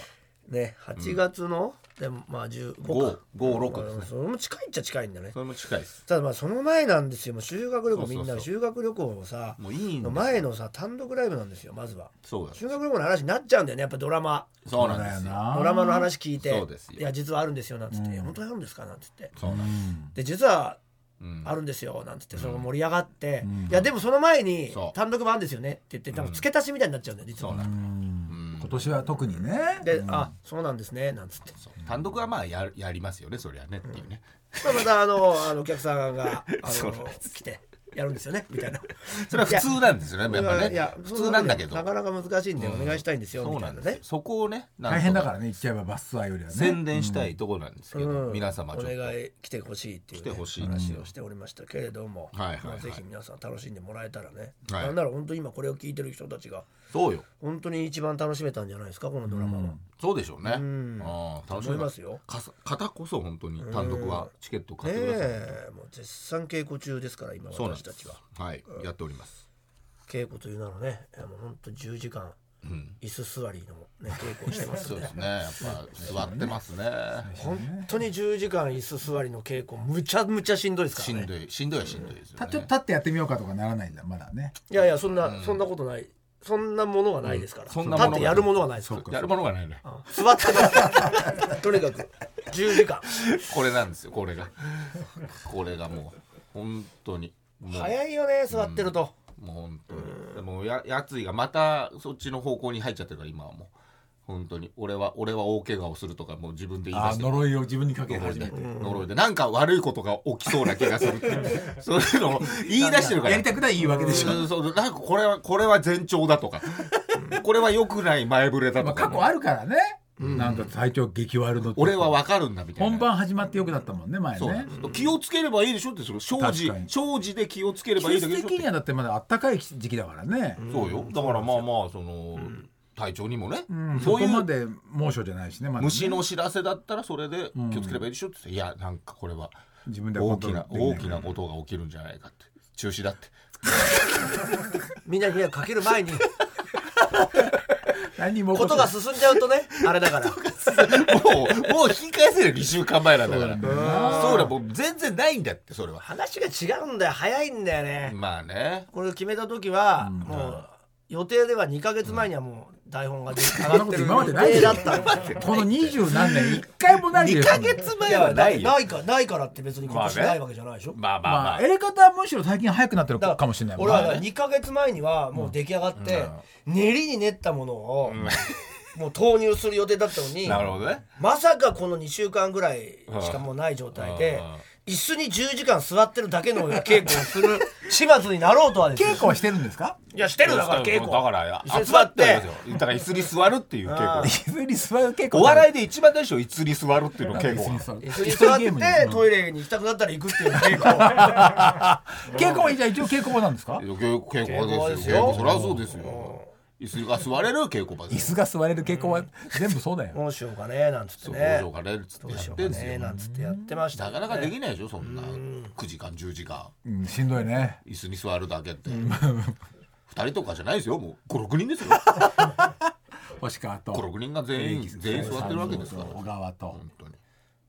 Speaker 1: ね8月の、でもまあ15か
Speaker 2: 556ですね
Speaker 1: それも近いっちゃ近いんだね
Speaker 2: それも近いです
Speaker 1: ただまあその前なんですよもう修学旅行
Speaker 2: そうそう
Speaker 1: み
Speaker 2: そうん
Speaker 1: な修学旅行をさ
Speaker 2: もういいんだ
Speaker 1: 前のさ単独ライブなんですよまずは
Speaker 2: そうだ
Speaker 1: 修学旅行の話になっちゃうんだよねやっぱドラマ
Speaker 2: そうなん
Speaker 3: だ
Speaker 2: で
Speaker 3: よ
Speaker 2: すよ
Speaker 3: な
Speaker 1: ドラマの話聞いて
Speaker 2: そうですよ
Speaker 1: いや実はあるんですよ」なんつって「本当にあるんですか?」なんつって
Speaker 2: そうなんです
Speaker 1: 「で実は
Speaker 2: うん
Speaker 1: あるんですよ」なんつってその盛り上がって「いやでもその前に
Speaker 2: そう
Speaker 1: 単独版ですよね」って言ってなんか付け足しみたいになっちゃうんだよ実
Speaker 2: そうな
Speaker 1: は。
Speaker 2: んです
Speaker 3: 今年は特にね
Speaker 1: で「あそうなんですね」なんつって
Speaker 2: そう単独はまあややりますよねそりゃねっていうね
Speaker 1: まあまたあのあのお客さんがあ
Speaker 2: そうなん
Speaker 1: の来てやるんですよねみたいな。
Speaker 2: それは普通なんですよねやっぱ
Speaker 1: いや
Speaker 2: ね普通なんだけど
Speaker 1: なかなか難しいんでお願いしたいんですよ
Speaker 2: そ
Speaker 1: み
Speaker 2: う
Speaker 1: た
Speaker 2: ないん
Speaker 1: な
Speaker 2: ですよ
Speaker 1: ね。
Speaker 2: そこをねなんと
Speaker 3: 大変だからね言っちゃえばバスツアーよりはね
Speaker 2: 宣伝したいところなんですけ
Speaker 1: う
Speaker 2: ど
Speaker 1: ん
Speaker 2: 皆様ちょ
Speaker 1: お
Speaker 2: っと
Speaker 1: 願い来てほしいっていうね、
Speaker 2: 来てほしい
Speaker 1: 話をしておりましたけれども、
Speaker 2: はいはいはい
Speaker 1: まあぜひ皆さん楽しんでもらえたらね、
Speaker 2: はい
Speaker 1: なんなら本当に今これを聞いてる人たちが
Speaker 2: そうよ
Speaker 1: 本当に一番楽しめたんじゃないですかこのドラマは、
Speaker 2: そうでしょうね
Speaker 1: ん
Speaker 2: ああ楽
Speaker 1: 思
Speaker 2: し
Speaker 1: い
Speaker 2: み
Speaker 1: ま
Speaker 2: ます
Speaker 1: よ。
Speaker 2: かさ方こそ本当に単独はチケット買
Speaker 1: ね
Speaker 2: ってください
Speaker 1: えもう絶賛稽古中ですから今
Speaker 2: そうなん
Speaker 1: 私
Speaker 2: で
Speaker 1: たち
Speaker 2: す
Speaker 1: は
Speaker 2: はいやっております
Speaker 1: 稽古というならねいやもう本当10時間
Speaker 2: うん
Speaker 1: 椅子座りの、 ね、稽古をしてます
Speaker 2: そう
Speaker 1: ね
Speaker 2: ですねやっぱ座ってますね
Speaker 1: 本当に10時間椅子座りの稽古むちゃむちゃしんどいですから
Speaker 2: し
Speaker 1: ね
Speaker 2: んどいしんどいはしんどいですよ
Speaker 3: たちょっ
Speaker 2: ね
Speaker 3: と立ってやってみようかとかならないんだまだね
Speaker 1: いやいやそんな、そんなことないそんなものはないですから、
Speaker 2: うんそんなものが
Speaker 1: 立ってやるものはないですから
Speaker 2: やるものがないね
Speaker 1: 座って たとにかく10時間
Speaker 2: これなんですよこれがこれがもう本当にもう
Speaker 1: 早いよね座ってると、
Speaker 2: もう本当にでもややついがまたそっちの方向に入っちゃってるから今はもう本当に俺は俺は大怪我をするとかもう自分で言い出
Speaker 3: あ
Speaker 2: してる
Speaker 3: 呪いを自分にかけ
Speaker 2: 呪い
Speaker 3: 始め
Speaker 2: で
Speaker 3: て
Speaker 2: 呪いでなんか悪いことが起きそうな気がす るっていうそういうのを言い出してるから
Speaker 3: やりたくない言い訳でしょ
Speaker 2: うんそうなんかこれはこれは前兆だとかこれは良くない前触れだ
Speaker 3: まあ
Speaker 2: とか
Speaker 3: 過去あるからねなんか体調激悪の
Speaker 2: 俺はわかるんだみたいな
Speaker 3: 本番始まってよくなったもんね前
Speaker 2: そう
Speaker 3: ね
Speaker 2: なんですよ気をつければいいでしょってその生じ
Speaker 3: 確かに
Speaker 2: 生じで気をつければい
Speaker 3: 季
Speaker 2: いだけで
Speaker 3: 節
Speaker 2: しょっ
Speaker 3: 的に
Speaker 2: て
Speaker 3: はだってまだあったかい時期だからね、
Speaker 2: そうよだからまあまあその体調にもね
Speaker 3: うんそ
Speaker 2: そうい
Speaker 3: こま
Speaker 2: う
Speaker 3: で猛暑じゃないしね,、まだね
Speaker 2: 虫の知らせだったらそれで気をつければいいでしょって言っていやなんかこれは
Speaker 3: 自分ではコ
Speaker 2: 大
Speaker 3: ント
Speaker 2: き
Speaker 3: ロー
Speaker 2: な
Speaker 3: ルでき
Speaker 2: 大
Speaker 3: い
Speaker 2: きなことが起きるんじゃないかって中止だって
Speaker 1: みんなに迷惑かける前に
Speaker 3: 何も起こ
Speaker 1: こ
Speaker 3: っ
Speaker 1: とが進んじゃうとねあれだ から
Speaker 2: もうもう引き返せる2週間前なんだから
Speaker 3: そう
Speaker 2: そうだもう全然ないんだってそれは
Speaker 1: 話が違うんだよ早いんだよね
Speaker 2: まあね
Speaker 1: これ決めた時はもう予定では2か月前にはもう台本が出来上がってる
Speaker 3: そんなこと今まで
Speaker 1: 予
Speaker 3: ない
Speaker 1: 定
Speaker 3: よ
Speaker 1: だったの
Speaker 3: この二十何年一回もない
Speaker 2: 2
Speaker 3: よ
Speaker 2: ヶ月
Speaker 1: い
Speaker 2: 前
Speaker 1: や
Speaker 2: は
Speaker 1: な
Speaker 2: ないいよ
Speaker 1: ないかないからって別に今年
Speaker 2: まあね
Speaker 1: ないわけじゃないでしょ
Speaker 2: まあまあ
Speaker 3: ま
Speaker 2: ま
Speaker 3: あ
Speaker 2: あ
Speaker 3: やり方はむしろ最近早くなってる
Speaker 1: だから
Speaker 3: かもしれないもん
Speaker 1: 俺
Speaker 3: ね
Speaker 1: はだから2か月前にはもう出来上がって練りに練ったものを もう投入する予定だったのに
Speaker 2: なるほどね
Speaker 1: まさかこの2週間ぐらいしかもうない状態で
Speaker 2: うん
Speaker 1: 椅子に10時間座ってるだけの稽古をする 始末になろうとはですよ
Speaker 3: 稽古はしてるんですか
Speaker 1: いやしてるだから稽古
Speaker 2: だから
Speaker 1: 椅子に
Speaker 2: 集
Speaker 1: 座
Speaker 2: ま
Speaker 1: っ
Speaker 2: って
Speaker 1: て
Speaker 2: だから椅子に座るっていう稽古
Speaker 3: 椅子に座る稽古
Speaker 2: お笑
Speaker 3: い
Speaker 2: いで一番大事よ椅子に座るっていうの稽
Speaker 3: 椅子
Speaker 2: 古は
Speaker 3: に座る
Speaker 1: 椅子に座
Speaker 3: ゲームに
Speaker 1: ってトイレに行きたくなったら行くっていう稽古
Speaker 3: 稽古はじゃあ一応稽古場なんですか
Speaker 2: 稽古
Speaker 1: 稽古
Speaker 2: 場
Speaker 1: 場で
Speaker 2: ですす
Speaker 1: よ
Speaker 2: よそりゃそうですよ椅子が座れる稽古場で
Speaker 3: 椅
Speaker 2: す
Speaker 3: 子が座れる稽古は全部そうだよ
Speaker 1: どうしようかねなんつって
Speaker 2: そう
Speaker 1: ね
Speaker 2: 工場がねっつっ
Speaker 1: ど
Speaker 2: て
Speaker 1: う
Speaker 2: や
Speaker 1: しよ
Speaker 2: っ
Speaker 1: う
Speaker 2: て
Speaker 1: か
Speaker 2: んです
Speaker 1: ね
Speaker 2: よ
Speaker 1: なんつってやってました
Speaker 2: なかなかできないでしょそんな9時間10時間
Speaker 3: うんしんどいね
Speaker 2: 椅子に座るだけって二人とかじゃないですよもう56人ですよ
Speaker 3: 星川と
Speaker 2: 56人が全員全員座ってるわけですから
Speaker 3: 小川と
Speaker 2: 本当に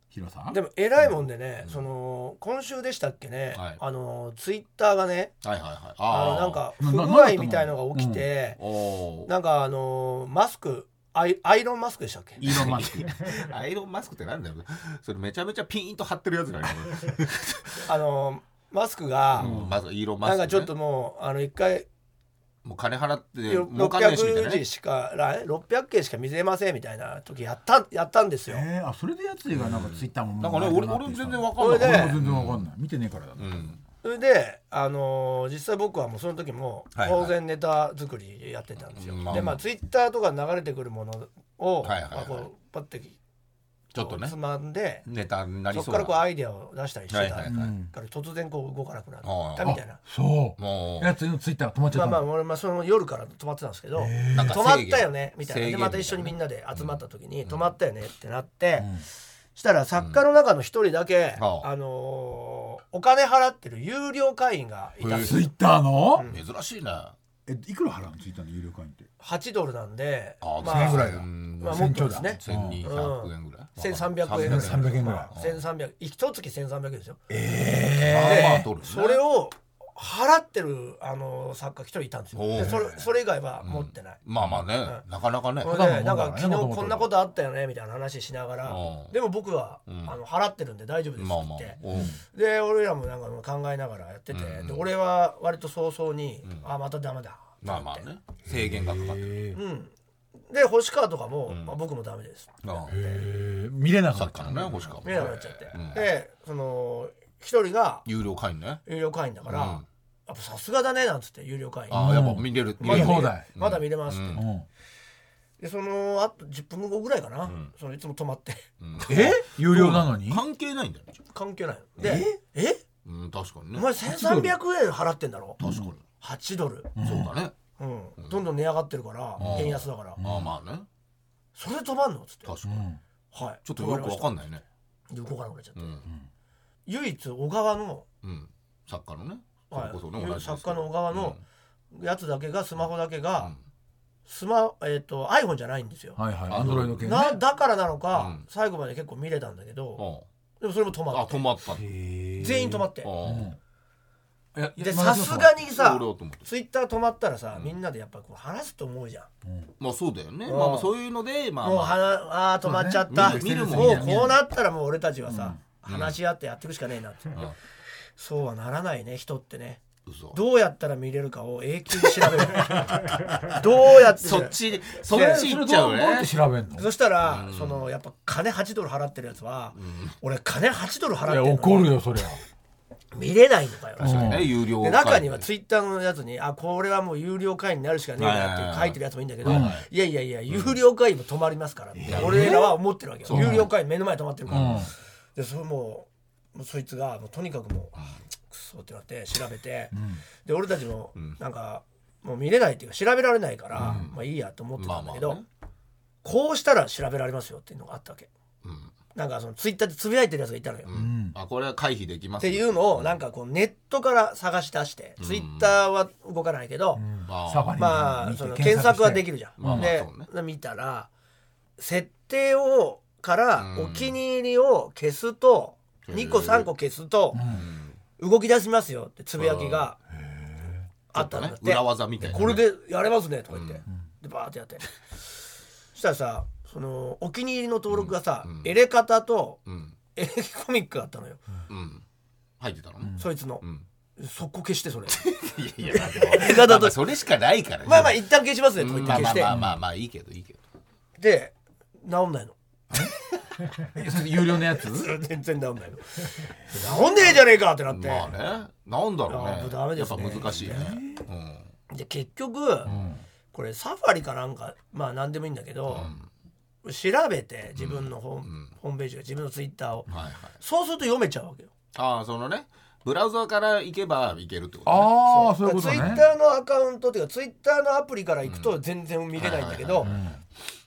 Speaker 3: ヒロさん
Speaker 1: でも偉いもんでね、その今週でしたっけね、
Speaker 2: はい
Speaker 1: あのツイッターがね
Speaker 2: はいはいはい
Speaker 1: あの
Speaker 2: あー
Speaker 1: なんか
Speaker 3: な
Speaker 1: 不具
Speaker 3: ななんだった
Speaker 1: 合
Speaker 3: の
Speaker 1: みたいのが起きて、
Speaker 2: おー
Speaker 1: なんかあのマスクアイアイロンマスクでしたっけ
Speaker 3: イーロンマスク
Speaker 2: アイロンマスクってなんだよそれめちゃめちゃピーンと張ってるやつだよね
Speaker 1: あのマスクが、
Speaker 2: うんまずイーロンマス
Speaker 1: な
Speaker 2: ク、
Speaker 1: ん
Speaker 2: ね、
Speaker 1: かちょっともうあの一回
Speaker 2: もう金払って
Speaker 1: よ
Speaker 2: 儲かんないしみたい
Speaker 1: 600
Speaker 2: な
Speaker 1: 字
Speaker 2: ね
Speaker 1: しから600件しか見せませんみたいな時やったやったんですよ。
Speaker 3: えーあそれでやつがなんかツイッターも
Speaker 2: なんかね俺俺全然わかん
Speaker 1: そ
Speaker 2: な
Speaker 1: れ
Speaker 2: い
Speaker 1: で
Speaker 3: 俺も全然わかんない見てねえからだ
Speaker 2: うん
Speaker 1: それで、あのー実際僕はもうその時も
Speaker 2: はいはい
Speaker 1: 当然ネタ作りやってたんですよ。
Speaker 2: まあ
Speaker 1: でまあツイッターとか流れてくるものを、
Speaker 2: はいはいはい
Speaker 1: まあこうパッて
Speaker 2: ちょっとね
Speaker 1: つまんで
Speaker 2: ネタになり
Speaker 1: そ
Speaker 2: そう
Speaker 1: こ
Speaker 2: な
Speaker 1: からこうアイデアを出したりしてた、
Speaker 2: はいはいはい
Speaker 3: うん
Speaker 1: から突然こう動かなくなっ
Speaker 2: あ
Speaker 1: た
Speaker 2: あ
Speaker 1: みたいな。
Speaker 3: そう
Speaker 2: もう
Speaker 3: やつのツイッターが止まっちゃっ
Speaker 1: まあまあ
Speaker 3: たの
Speaker 1: 俺まあその夜から止まってたんですけど、
Speaker 2: なんか
Speaker 1: 止まったよねみたいな
Speaker 2: 制
Speaker 1: で
Speaker 2: 限
Speaker 1: また一緒にみんなで集まった時に止まったよねってなって、
Speaker 3: うん
Speaker 1: したら作家の中の一人だけ、
Speaker 2: うん
Speaker 1: あのーお金払ってる有料会員がいたんです
Speaker 3: ツ
Speaker 1: よ
Speaker 3: イッターの
Speaker 2: 珍しいねあ
Speaker 3: えいくら払うのツイッターの有料会員って
Speaker 1: 8ドルなんで
Speaker 2: あ
Speaker 1: ま
Speaker 2: 1000
Speaker 1: あ
Speaker 2: 円ぐらい
Speaker 3: だ
Speaker 1: まあ
Speaker 2: だ
Speaker 1: もっとですね
Speaker 3: 千二
Speaker 2: 1200円ぐらい
Speaker 1: 1300円ぐらい
Speaker 3: 300円ぐらい
Speaker 1: 1300一月1300円ですよ
Speaker 2: まあまあ
Speaker 1: で
Speaker 2: 取るね
Speaker 1: それを払ってるあの作家一人いたんですよ
Speaker 2: お
Speaker 1: で
Speaker 2: ー
Speaker 1: それそれ以外は持ってない、
Speaker 2: まあまあねなかなかね
Speaker 1: それ
Speaker 3: ただの
Speaker 1: でなんか
Speaker 3: もんだからね
Speaker 1: 昨
Speaker 3: 元
Speaker 1: 日
Speaker 3: 々
Speaker 1: こんなことあったよねみたいな話しながら
Speaker 2: うん
Speaker 1: でも僕は、
Speaker 2: ん
Speaker 1: あの払ってるんで大丈夫です
Speaker 2: まあ
Speaker 1: っ
Speaker 2: まあ
Speaker 1: て言って、
Speaker 2: うん
Speaker 1: で俺らもなんか考えながらやってて、
Speaker 2: うん
Speaker 1: で俺は割と早々に、あまたダメだ
Speaker 2: まあまあね制限がかかってる
Speaker 1: うんで星川とかも、まあ、僕もダメです
Speaker 2: あ
Speaker 3: えー見れな
Speaker 2: あさ
Speaker 3: か
Speaker 2: っ
Speaker 3: っ
Speaker 2: き
Speaker 3: た
Speaker 2: のね星川も
Speaker 1: 見えなくなっちゃって、
Speaker 2: うん
Speaker 1: でその一人が
Speaker 2: 有料会員ね
Speaker 1: 有料会員だから、
Speaker 2: うん
Speaker 1: やっぱさすがだねなんつって有料会員
Speaker 2: ああやっぱ見れる
Speaker 3: 見放題
Speaker 1: まだ見れますって、
Speaker 2: うん
Speaker 3: うん
Speaker 1: でそのあと10分後ぐらいかな、そのいつも泊まって
Speaker 3: え有料なのに
Speaker 2: 関係ないんだよね
Speaker 1: 関係ないのでえ
Speaker 2: うん確かに
Speaker 1: お
Speaker 2: ね
Speaker 1: 前
Speaker 2: 確
Speaker 1: 1300円払ってんだろ
Speaker 2: かに
Speaker 1: 8ドル、
Speaker 2: そうだね
Speaker 1: うんどんどん値上がってるから
Speaker 2: ん
Speaker 1: 円安だから、
Speaker 2: まあまあね
Speaker 1: それで泊まんのっつって
Speaker 2: 確かに
Speaker 1: はい
Speaker 2: ちょっとよくわかんないね
Speaker 1: で動かなくなっちゃって、
Speaker 2: うん
Speaker 1: 唯一小川の、
Speaker 2: うん作家のねそ
Speaker 1: は
Speaker 2: れ
Speaker 1: い
Speaker 2: こそね同じですけど
Speaker 1: 作家の小川のやつだけがスマホだけ
Speaker 2: う
Speaker 1: が、
Speaker 2: ん
Speaker 1: スマえっ、と iPhone じゃないんですよ、
Speaker 3: はいはい
Speaker 2: あ
Speaker 3: アンドロイド系ね
Speaker 1: なだからなのか、
Speaker 2: うん
Speaker 1: 最後まで結構見れたんだけど、
Speaker 2: あ
Speaker 1: でもそれも止ま
Speaker 2: あ
Speaker 1: っ
Speaker 2: 止
Speaker 1: て
Speaker 2: まったあ
Speaker 1: 全員止まって、
Speaker 3: いや
Speaker 1: でさすがに
Speaker 2: あ
Speaker 1: さ
Speaker 2: 俺はと思って
Speaker 1: ツイッター止まったらさ、みんなでやっぱこう話すと思うじゃん、
Speaker 2: まあそうだよね
Speaker 1: うん
Speaker 2: まあまあそういうのでまあ
Speaker 1: もう
Speaker 2: まあ
Speaker 1: はなあー止まっちゃった、
Speaker 2: そうだね見る
Speaker 1: もう
Speaker 2: 見るもん
Speaker 1: こうなったらもう俺たちはさ、話し合ってやっていくしかねえなって、
Speaker 2: ん
Speaker 1: そうはならないね人ってね
Speaker 2: 嘘
Speaker 1: どうやったら見れるかを永久に調べる どうやって
Speaker 2: そっちそ
Speaker 3: そ
Speaker 2: っ
Speaker 3: れ
Speaker 2: ち
Speaker 3: そ
Speaker 2: 行
Speaker 3: れ
Speaker 2: っちゃ
Speaker 3: ど
Speaker 2: う
Speaker 3: う
Speaker 2: ね
Speaker 3: やって調べんの
Speaker 1: そしたら、そのやっぱ金8ドル払ってるやつは、俺金8ドル払っ
Speaker 3: い
Speaker 1: てる
Speaker 3: や
Speaker 1: のに
Speaker 3: 怒るよそりゃ
Speaker 1: 見れないのかよ
Speaker 2: 確かにね有料
Speaker 1: で
Speaker 2: 会
Speaker 1: 中にはツイッターのやつにあこれはもう有料会員になるしかねえなっていう書いてるやつもいいんだけど、
Speaker 3: はいいはいはい
Speaker 1: やいやいや有料会員も止まりますからって、俺らは思ってるわけよ、
Speaker 3: うん
Speaker 1: 有料会員目の前に止まってるから、
Speaker 3: うん
Speaker 1: でそれもうもうそいつがもうとにかくもうクソってなって調べて、で俺たちもなんか、もう見れないっていうか調べられないから、まあいいやと思ってたんだけど、
Speaker 2: まあま
Speaker 1: こうしたら調べられますよっていうのがあったわけ
Speaker 2: うん
Speaker 1: なんかそのツイッターでつぶやいてるやつがいたのよ、
Speaker 2: うんあこれは回避できま
Speaker 1: っ
Speaker 2: す
Speaker 1: て
Speaker 2: ね
Speaker 1: いうのをなんかこうネットから探し出して、ツイッターは動かないけど、
Speaker 2: あー
Speaker 3: サバリン
Speaker 1: まあ
Speaker 3: 見て
Speaker 1: その
Speaker 3: 検
Speaker 1: 検索
Speaker 3: 索して
Speaker 1: はできるじゃん。
Speaker 2: まあまあ
Speaker 1: で
Speaker 2: そうね
Speaker 1: で見たら設定をから
Speaker 2: うん
Speaker 1: お気に入りを消すと、
Speaker 2: へー
Speaker 1: 2個3個消すと
Speaker 2: うん
Speaker 1: 動き出しますよってつぶやきがあったんだっ
Speaker 2: ちょ
Speaker 1: て、
Speaker 2: とね裏技みたいなね
Speaker 1: これでやれますねとか言って、でバーってやってそしたらさそのお気に入りの登録がさ、
Speaker 2: うん
Speaker 1: エレカタと
Speaker 2: うん
Speaker 1: エレキコミックだったのよ、
Speaker 2: うん入ってたの
Speaker 1: そいつの
Speaker 2: う、ん
Speaker 1: 速攻消してそれ。
Speaker 2: いやいやまあ
Speaker 1: 画だと
Speaker 2: まあそれしかないからね
Speaker 1: まあまあ一旦消しますね
Speaker 2: うん
Speaker 1: とか言って
Speaker 2: まあ
Speaker 1: 消
Speaker 2: ま
Speaker 1: し
Speaker 2: あ
Speaker 1: て
Speaker 2: まあまあまあいいけどいいけど
Speaker 1: で治んないの
Speaker 3: 有料 のやつ
Speaker 1: 全然治んないの治んねえじゃねえかってなって、
Speaker 2: まあねなんだろう
Speaker 1: いや
Speaker 2: ね
Speaker 1: ダメですね
Speaker 2: やっぱ難しいねうん
Speaker 1: で結局、これサファリかなんかまあ何でもいいんだけど、調べて自分のホー,、ホームページが自分のツイッターを、
Speaker 2: はいはい
Speaker 1: そうすると読めちゃうわけよ
Speaker 2: ああそのねブラウザから行けば行けるってことね
Speaker 3: ああそういう
Speaker 1: だ
Speaker 3: こ
Speaker 1: か
Speaker 3: と
Speaker 1: らツ
Speaker 3: ね
Speaker 1: イッターのアカウントっていうかツイッターのアプリから行くと全然見れないんだけど、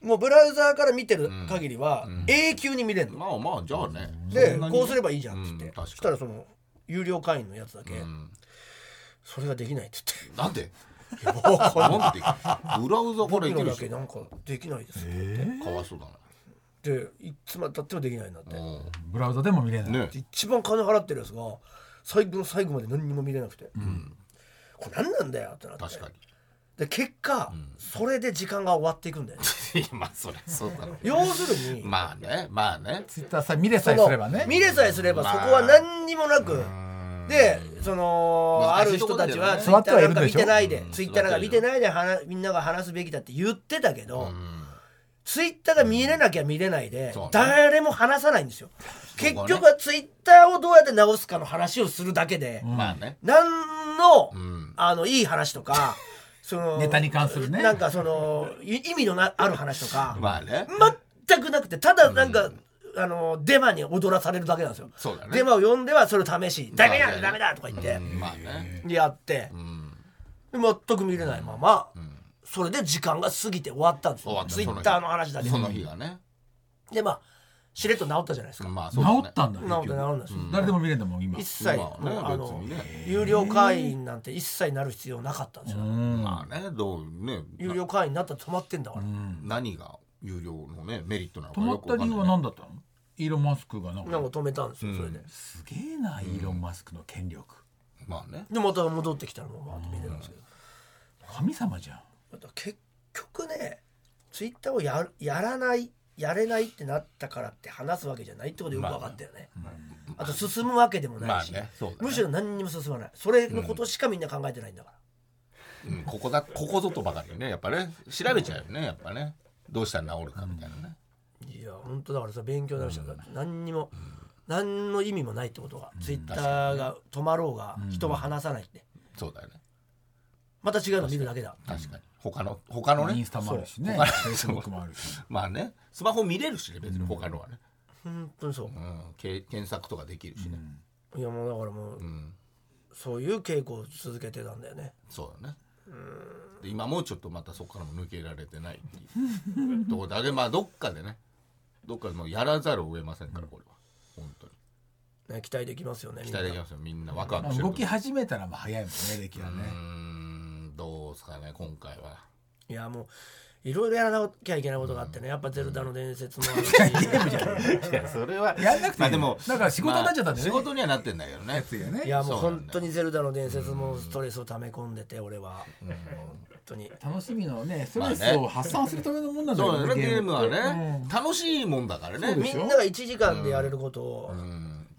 Speaker 1: もうブラウザーから見てる限りは永久に見れるの、
Speaker 2: まあまあじゃあね
Speaker 1: で
Speaker 2: そんなに
Speaker 1: こうすればいいじゃんって言って、
Speaker 2: うん確かに
Speaker 1: そしたらその有料会員のやつだけ、
Speaker 2: ん
Speaker 1: それができないって
Speaker 2: なんで
Speaker 1: 言っていやもうこれ
Speaker 2: なんでブラウザから
Speaker 1: 僕
Speaker 2: 行け
Speaker 1: の
Speaker 2: る
Speaker 1: だ
Speaker 2: し
Speaker 1: けなんかできないですよ
Speaker 2: かわいそうだ
Speaker 1: でいつまでたってもできないんだって
Speaker 2: なうん
Speaker 3: ブラウザでも見れない、
Speaker 2: ね
Speaker 1: 一番金払ってるやつが最後の最後まで何にも見れなくて、これ何なんだよってなって
Speaker 2: 確か
Speaker 1: で結果、それで時間が終わっていくんだよね
Speaker 2: に いやまあそりゃそうだろう
Speaker 1: 要するに、
Speaker 2: まあねまあね
Speaker 3: ツイッターさ見れ
Speaker 1: そ
Speaker 3: さえ
Speaker 1: の
Speaker 3: すればね
Speaker 1: 見れさえすれば
Speaker 2: まあ
Speaker 1: そこは何にもなく、でそのあ
Speaker 2: 難し
Speaker 1: る
Speaker 2: いとこ
Speaker 1: 人
Speaker 2: だ
Speaker 1: た
Speaker 2: け
Speaker 1: ち
Speaker 2: どね
Speaker 1: はツイッターなんか見てないで
Speaker 2: うん
Speaker 1: ツイッターなんか見てないで話みんなが話すべきだって言ってたけど、
Speaker 2: うん
Speaker 1: ツイッターが見れなきゃ見れないで、
Speaker 2: そうね
Speaker 1: 誰も話さないんですよ、
Speaker 2: ね
Speaker 1: 結局はツイッターをどうやって直すかの話をするだけで、
Speaker 2: まあね
Speaker 1: 何の,、
Speaker 2: ん
Speaker 1: あのいい話とか その
Speaker 3: ネタに関するね
Speaker 1: なんかそのい意味のなある話とか、
Speaker 2: まあね
Speaker 1: 全くなくてただなんか、あのデマに踊らされるだけなんですよ、
Speaker 2: そうだね
Speaker 1: デマを読んではそれを試し「ダメ
Speaker 2: まあ
Speaker 1: だ
Speaker 2: ね
Speaker 1: ダメだ」とか言って、
Speaker 2: まあね
Speaker 1: やって、全く見れないまま、それで時間が過ぎて終わったんです
Speaker 2: 終わ
Speaker 1: よ
Speaker 2: った
Speaker 1: ツイッターの話だけ
Speaker 2: その日がね
Speaker 1: でまあしれっと治ったじゃないですか、
Speaker 2: まあ
Speaker 3: 治
Speaker 2: そうだね
Speaker 3: ったんだ
Speaker 1: 治った治るんですよ、
Speaker 3: 誰でも見れんだもん今
Speaker 1: 一切、
Speaker 2: まあね
Speaker 1: もうあの、
Speaker 2: 別にね
Speaker 1: 有料会員なんて一切なる必要なかったんですよ、
Speaker 2: まあねどうね
Speaker 1: 有料会員になったら止まってんだから、
Speaker 2: 何が有料のねメリットなの
Speaker 3: 止
Speaker 2: か
Speaker 3: ま
Speaker 2: よ
Speaker 3: っ
Speaker 2: く
Speaker 3: た
Speaker 2: わか
Speaker 3: 理
Speaker 2: ん
Speaker 3: 由
Speaker 2: ない
Speaker 3: は何だったのイーロン・マスクがなん
Speaker 1: な
Speaker 3: か
Speaker 1: んか止めたんですよ、それで。
Speaker 3: すげえなイーロン・マスクの権力
Speaker 2: まあね
Speaker 1: でまた戻ってきたらもうバーって見てるんですけど、
Speaker 3: 神様じゃん
Speaker 1: また結局ねツイッターをやるやらないやれないってなったからって話すわけじゃないってことよく分かったよね、あと進むわけでもないし、
Speaker 2: まあねそうだね
Speaker 1: むしろ何にも進まないそれのことしかみんな考えてないんだから、
Speaker 2: うんここだここぞとばかりねやっぱね調べちゃうよねやっぱねどうしたら治るかみたいなね
Speaker 1: いや本当だからさ勉強になるし、何にも、何の意味もないってことが、ツイッターが止まろうが、人は話さないって
Speaker 2: そうだよね
Speaker 1: また違うの見るだけだ
Speaker 2: 確かに他の他の
Speaker 3: イ
Speaker 2: ね
Speaker 3: ンスタもあるしねフ
Speaker 2: そう
Speaker 3: ェイスブックもあるし
Speaker 2: まあねスマホ見れるしね別に他のはね
Speaker 1: 本当にそう、
Speaker 2: うんけ検索とかできるしね
Speaker 1: いやもうだからもう、そういう稽古を続けてたんだよね
Speaker 2: そうだねで今もうちょっとまたそこからも抜けられてないっていうところだけまあどっかでねどっかでもうやらざるを得ませんからこれは本当に
Speaker 1: ね期待できますよね
Speaker 2: 期待でき
Speaker 1: ます
Speaker 2: ますよみんなワクワクしてる
Speaker 3: 動き始めたらもう早いもんね出来はね
Speaker 2: うーんどうですかね今回はい
Speaker 1: やもういろいろやらなきゃいけないことがあってねやっぱ「ゼルダの伝説」もあるし
Speaker 2: いやそれは
Speaker 3: やんなくていいよ
Speaker 2: まあでも
Speaker 3: だから仕事になっちゃったん
Speaker 2: ま
Speaker 3: だよね
Speaker 2: あ仕事にはなってんだけどね
Speaker 3: よね
Speaker 1: いやもう
Speaker 2: そうなんだよ
Speaker 1: 本当に「ゼルダの伝説」もストレスを溜め込んでて俺は本当に
Speaker 3: 楽しみのねスト
Speaker 2: まあ
Speaker 3: レ
Speaker 2: ね
Speaker 3: スを発散するためのもんなんだ
Speaker 2: そうだねゲームは
Speaker 3: って
Speaker 2: ね、楽しいもんだからね
Speaker 1: みんなが1時間でやれることを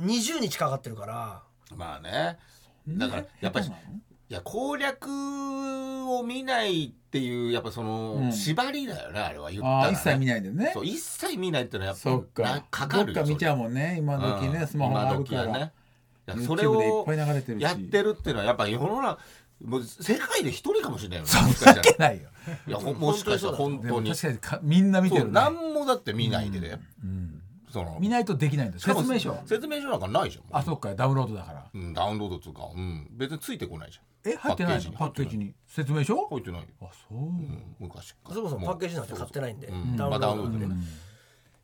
Speaker 1: 20日かかってるから
Speaker 2: まあねだからやっぱりいや攻略を見ないっていうやっぱその縛りだよね、あれは言った
Speaker 3: あ
Speaker 2: ら、
Speaker 3: あ
Speaker 2: ね、
Speaker 3: 一切見ないでね
Speaker 2: そう一切見ないってのはやっぱ
Speaker 3: そっか
Speaker 2: なかかる
Speaker 3: どっか見ちゃ
Speaker 2: う
Speaker 3: うもんね今時ねスマホもあるから
Speaker 2: ねや
Speaker 3: YouTube
Speaker 2: それを
Speaker 3: でいっぱい流れてるし
Speaker 2: やってるっていうのはやっぱ世の中もう世界で一人かもしれないよねもしかしたら
Speaker 3: ないよ
Speaker 2: いやほもしかしたら本
Speaker 3: で
Speaker 2: 当
Speaker 3: も
Speaker 2: に
Speaker 3: 確かにかみんな見て
Speaker 2: そう
Speaker 3: るね
Speaker 2: 何もだって見ないでね、その
Speaker 3: 見ないとできないんだ
Speaker 2: しかも
Speaker 3: 説明書
Speaker 2: 説明書なんかないじゃんもう
Speaker 3: あそっかダウンロードだから
Speaker 2: うん、ダウンロードっつうか、うん、別についてこないじゃん
Speaker 3: え入ってないのパッケージに説明書
Speaker 2: 入ってない入って
Speaker 3: あそう
Speaker 2: ないよ、うん、昔から
Speaker 1: そもそも
Speaker 2: う
Speaker 1: パッケージなんて買ってないんで、
Speaker 2: うん
Speaker 1: ダウンロ
Speaker 2: まあダウ
Speaker 1: ー
Speaker 2: ンロ
Speaker 1: ド
Speaker 2: ードでね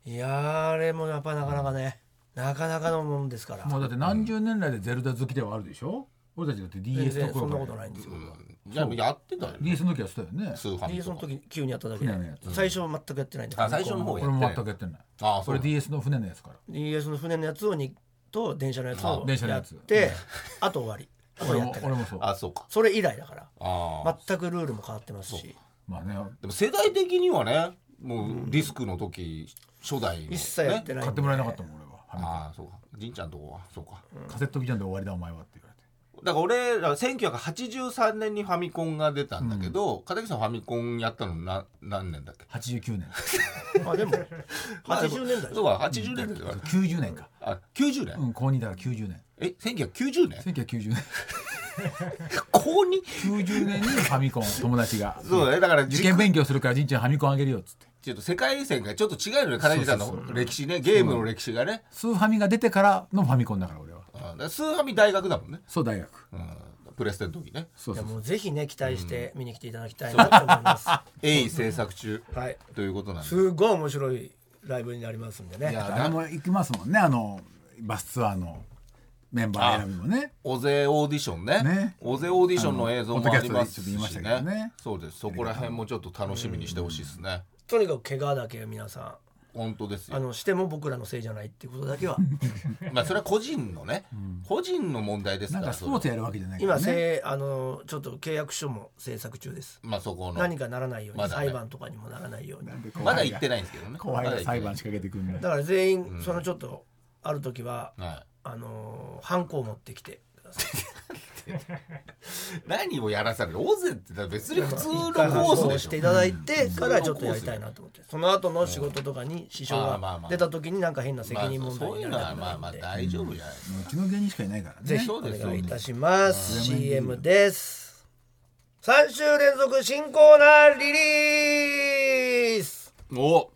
Speaker 1: いやーあれもやっぱなかなかねなかなかのもんですから
Speaker 3: もうだって何十年来でゼルダ好きではあるでしょ俺たちだって
Speaker 1: 全
Speaker 3: DS
Speaker 1: 然
Speaker 3: の
Speaker 1: そんな
Speaker 3: 頃
Speaker 1: こと
Speaker 3: か
Speaker 1: な
Speaker 3: ら
Speaker 1: いんですよ
Speaker 2: うんじゃあやってたよね
Speaker 3: DS の時はそうだよね
Speaker 2: 通販
Speaker 1: でその時急にやっただけで
Speaker 3: 船のやつ
Speaker 1: 最初は全くやってないんで
Speaker 2: あ最初の方
Speaker 3: こ
Speaker 2: やっ
Speaker 3: れ
Speaker 2: て
Speaker 3: も
Speaker 2: ない
Speaker 3: 全くやってない
Speaker 2: ああそ
Speaker 3: これ
Speaker 2: れ
Speaker 3: DS の船のやつから
Speaker 1: DS の船のやつをにと電車のやつを
Speaker 3: あ電車の
Speaker 1: や
Speaker 3: や
Speaker 1: っ
Speaker 3: つ
Speaker 1: てあと終わりあと
Speaker 3: 俺
Speaker 1: やっ
Speaker 3: も
Speaker 1: てない
Speaker 3: 俺もそう
Speaker 2: あそうか
Speaker 1: それ以来だから
Speaker 2: ああ、
Speaker 1: 全くルールも変わってますし
Speaker 3: まあね
Speaker 2: でも世代的にはねもうリスクの時初代の、ね、
Speaker 1: 一切やってない
Speaker 3: 買っ
Speaker 1: ん
Speaker 3: て
Speaker 1: で
Speaker 3: もらえなかったもん俺はファミ
Speaker 2: ああそうかじんちゃんとこはそうか
Speaker 3: コンカセットビジョンで終わりだお前はって言われて
Speaker 2: だから俺ら1983年にファミコンが出たんだけど、片桐さんファミコンやったのな何年だっけ
Speaker 3: 89年
Speaker 1: あでも80年代
Speaker 2: そうか80年代だから、
Speaker 3: 90年か
Speaker 2: あ90年、
Speaker 3: うん高2だから90年
Speaker 2: え1990年
Speaker 3: 1990年
Speaker 2: 高に
Speaker 3: 90年にファミコン友達が
Speaker 2: そうだねだから
Speaker 3: 受験勉強するからじんちゃんファミコンあげるよっつって
Speaker 2: ちょっと世界線がちょっと違うよね片桐さんの歴史ねゲームの歴史がね、
Speaker 3: スーファミが出てからのファミコンだから俺は
Speaker 2: うん、だからスーファミ大学だもんね、
Speaker 3: そう大学
Speaker 2: うん、プレステの時ね
Speaker 3: そう
Speaker 1: い
Speaker 3: そ
Speaker 1: や
Speaker 3: う
Speaker 1: もうぜひね期待して見に来ていただきたいなと思います。は
Speaker 2: 鋭意制作中
Speaker 1: い。
Speaker 2: ということなんです
Speaker 1: すごい面白いライブになりますんで
Speaker 2: い
Speaker 1: ね。
Speaker 2: や
Speaker 3: あれも行きますもんねあのバスツアーのメンバー選びもね
Speaker 2: オゼオーディションね
Speaker 3: ね
Speaker 2: オゼオーディションの映像もあります
Speaker 3: あのポッドキャストでちょっと言いまし
Speaker 2: した
Speaker 3: けど
Speaker 2: ね
Speaker 3: ね
Speaker 2: そうですそこら辺もちょっと楽しみにしてほしいですね
Speaker 1: とにかく怪我だけは皆さ
Speaker 2: 本当です
Speaker 1: んあ
Speaker 2: よ
Speaker 1: のしても僕らのせいじゃないっていうことだ けは
Speaker 2: まあそれは個人のね個人の問題ですか
Speaker 3: なんからス
Speaker 2: それ
Speaker 3: ポー
Speaker 2: は
Speaker 3: ツやるわけじゃないから
Speaker 1: 今
Speaker 3: ね
Speaker 1: せいあのちょっと契約書も制作中です。
Speaker 2: まあそこの
Speaker 1: 何かならないように、
Speaker 2: まだね
Speaker 1: 裁判とかにもならないように。
Speaker 2: まだ行ってないんですけどね
Speaker 3: 後輩
Speaker 2: ま
Speaker 3: が
Speaker 2: だ
Speaker 3: 裁
Speaker 2: 行っ
Speaker 3: 判仕掛けてくるん
Speaker 1: だか
Speaker 3: だ
Speaker 1: ら全員、そのちょっとある時は、
Speaker 2: てないはい
Speaker 1: あのー、ハンコを持ってきてください。
Speaker 2: 何をやらされるオゼってだから別に普通のコ
Speaker 1: 放送
Speaker 2: ー
Speaker 1: し
Speaker 2: ス
Speaker 1: てい
Speaker 2: でしょ
Speaker 1: ただいてからちょっとやりたいなと思ってその後の仕事とかに支障
Speaker 2: あーまあ
Speaker 1: が
Speaker 2: まあ
Speaker 1: 出た時になんか変な責任
Speaker 2: まあ
Speaker 1: 問題
Speaker 2: そう
Speaker 1: に
Speaker 2: いう
Speaker 1: な
Speaker 2: の
Speaker 1: ら
Speaker 2: は
Speaker 1: なく
Speaker 2: ま
Speaker 1: な
Speaker 2: あ
Speaker 1: る
Speaker 2: まあ
Speaker 1: ので
Speaker 2: 大丈夫じゃないですか
Speaker 3: うちの芸人しかいないからね
Speaker 1: ぜひ
Speaker 2: そ
Speaker 1: お
Speaker 2: うです
Speaker 1: 願いいたします
Speaker 3: そうです
Speaker 1: CM です3週連続新コーナーリリース
Speaker 2: お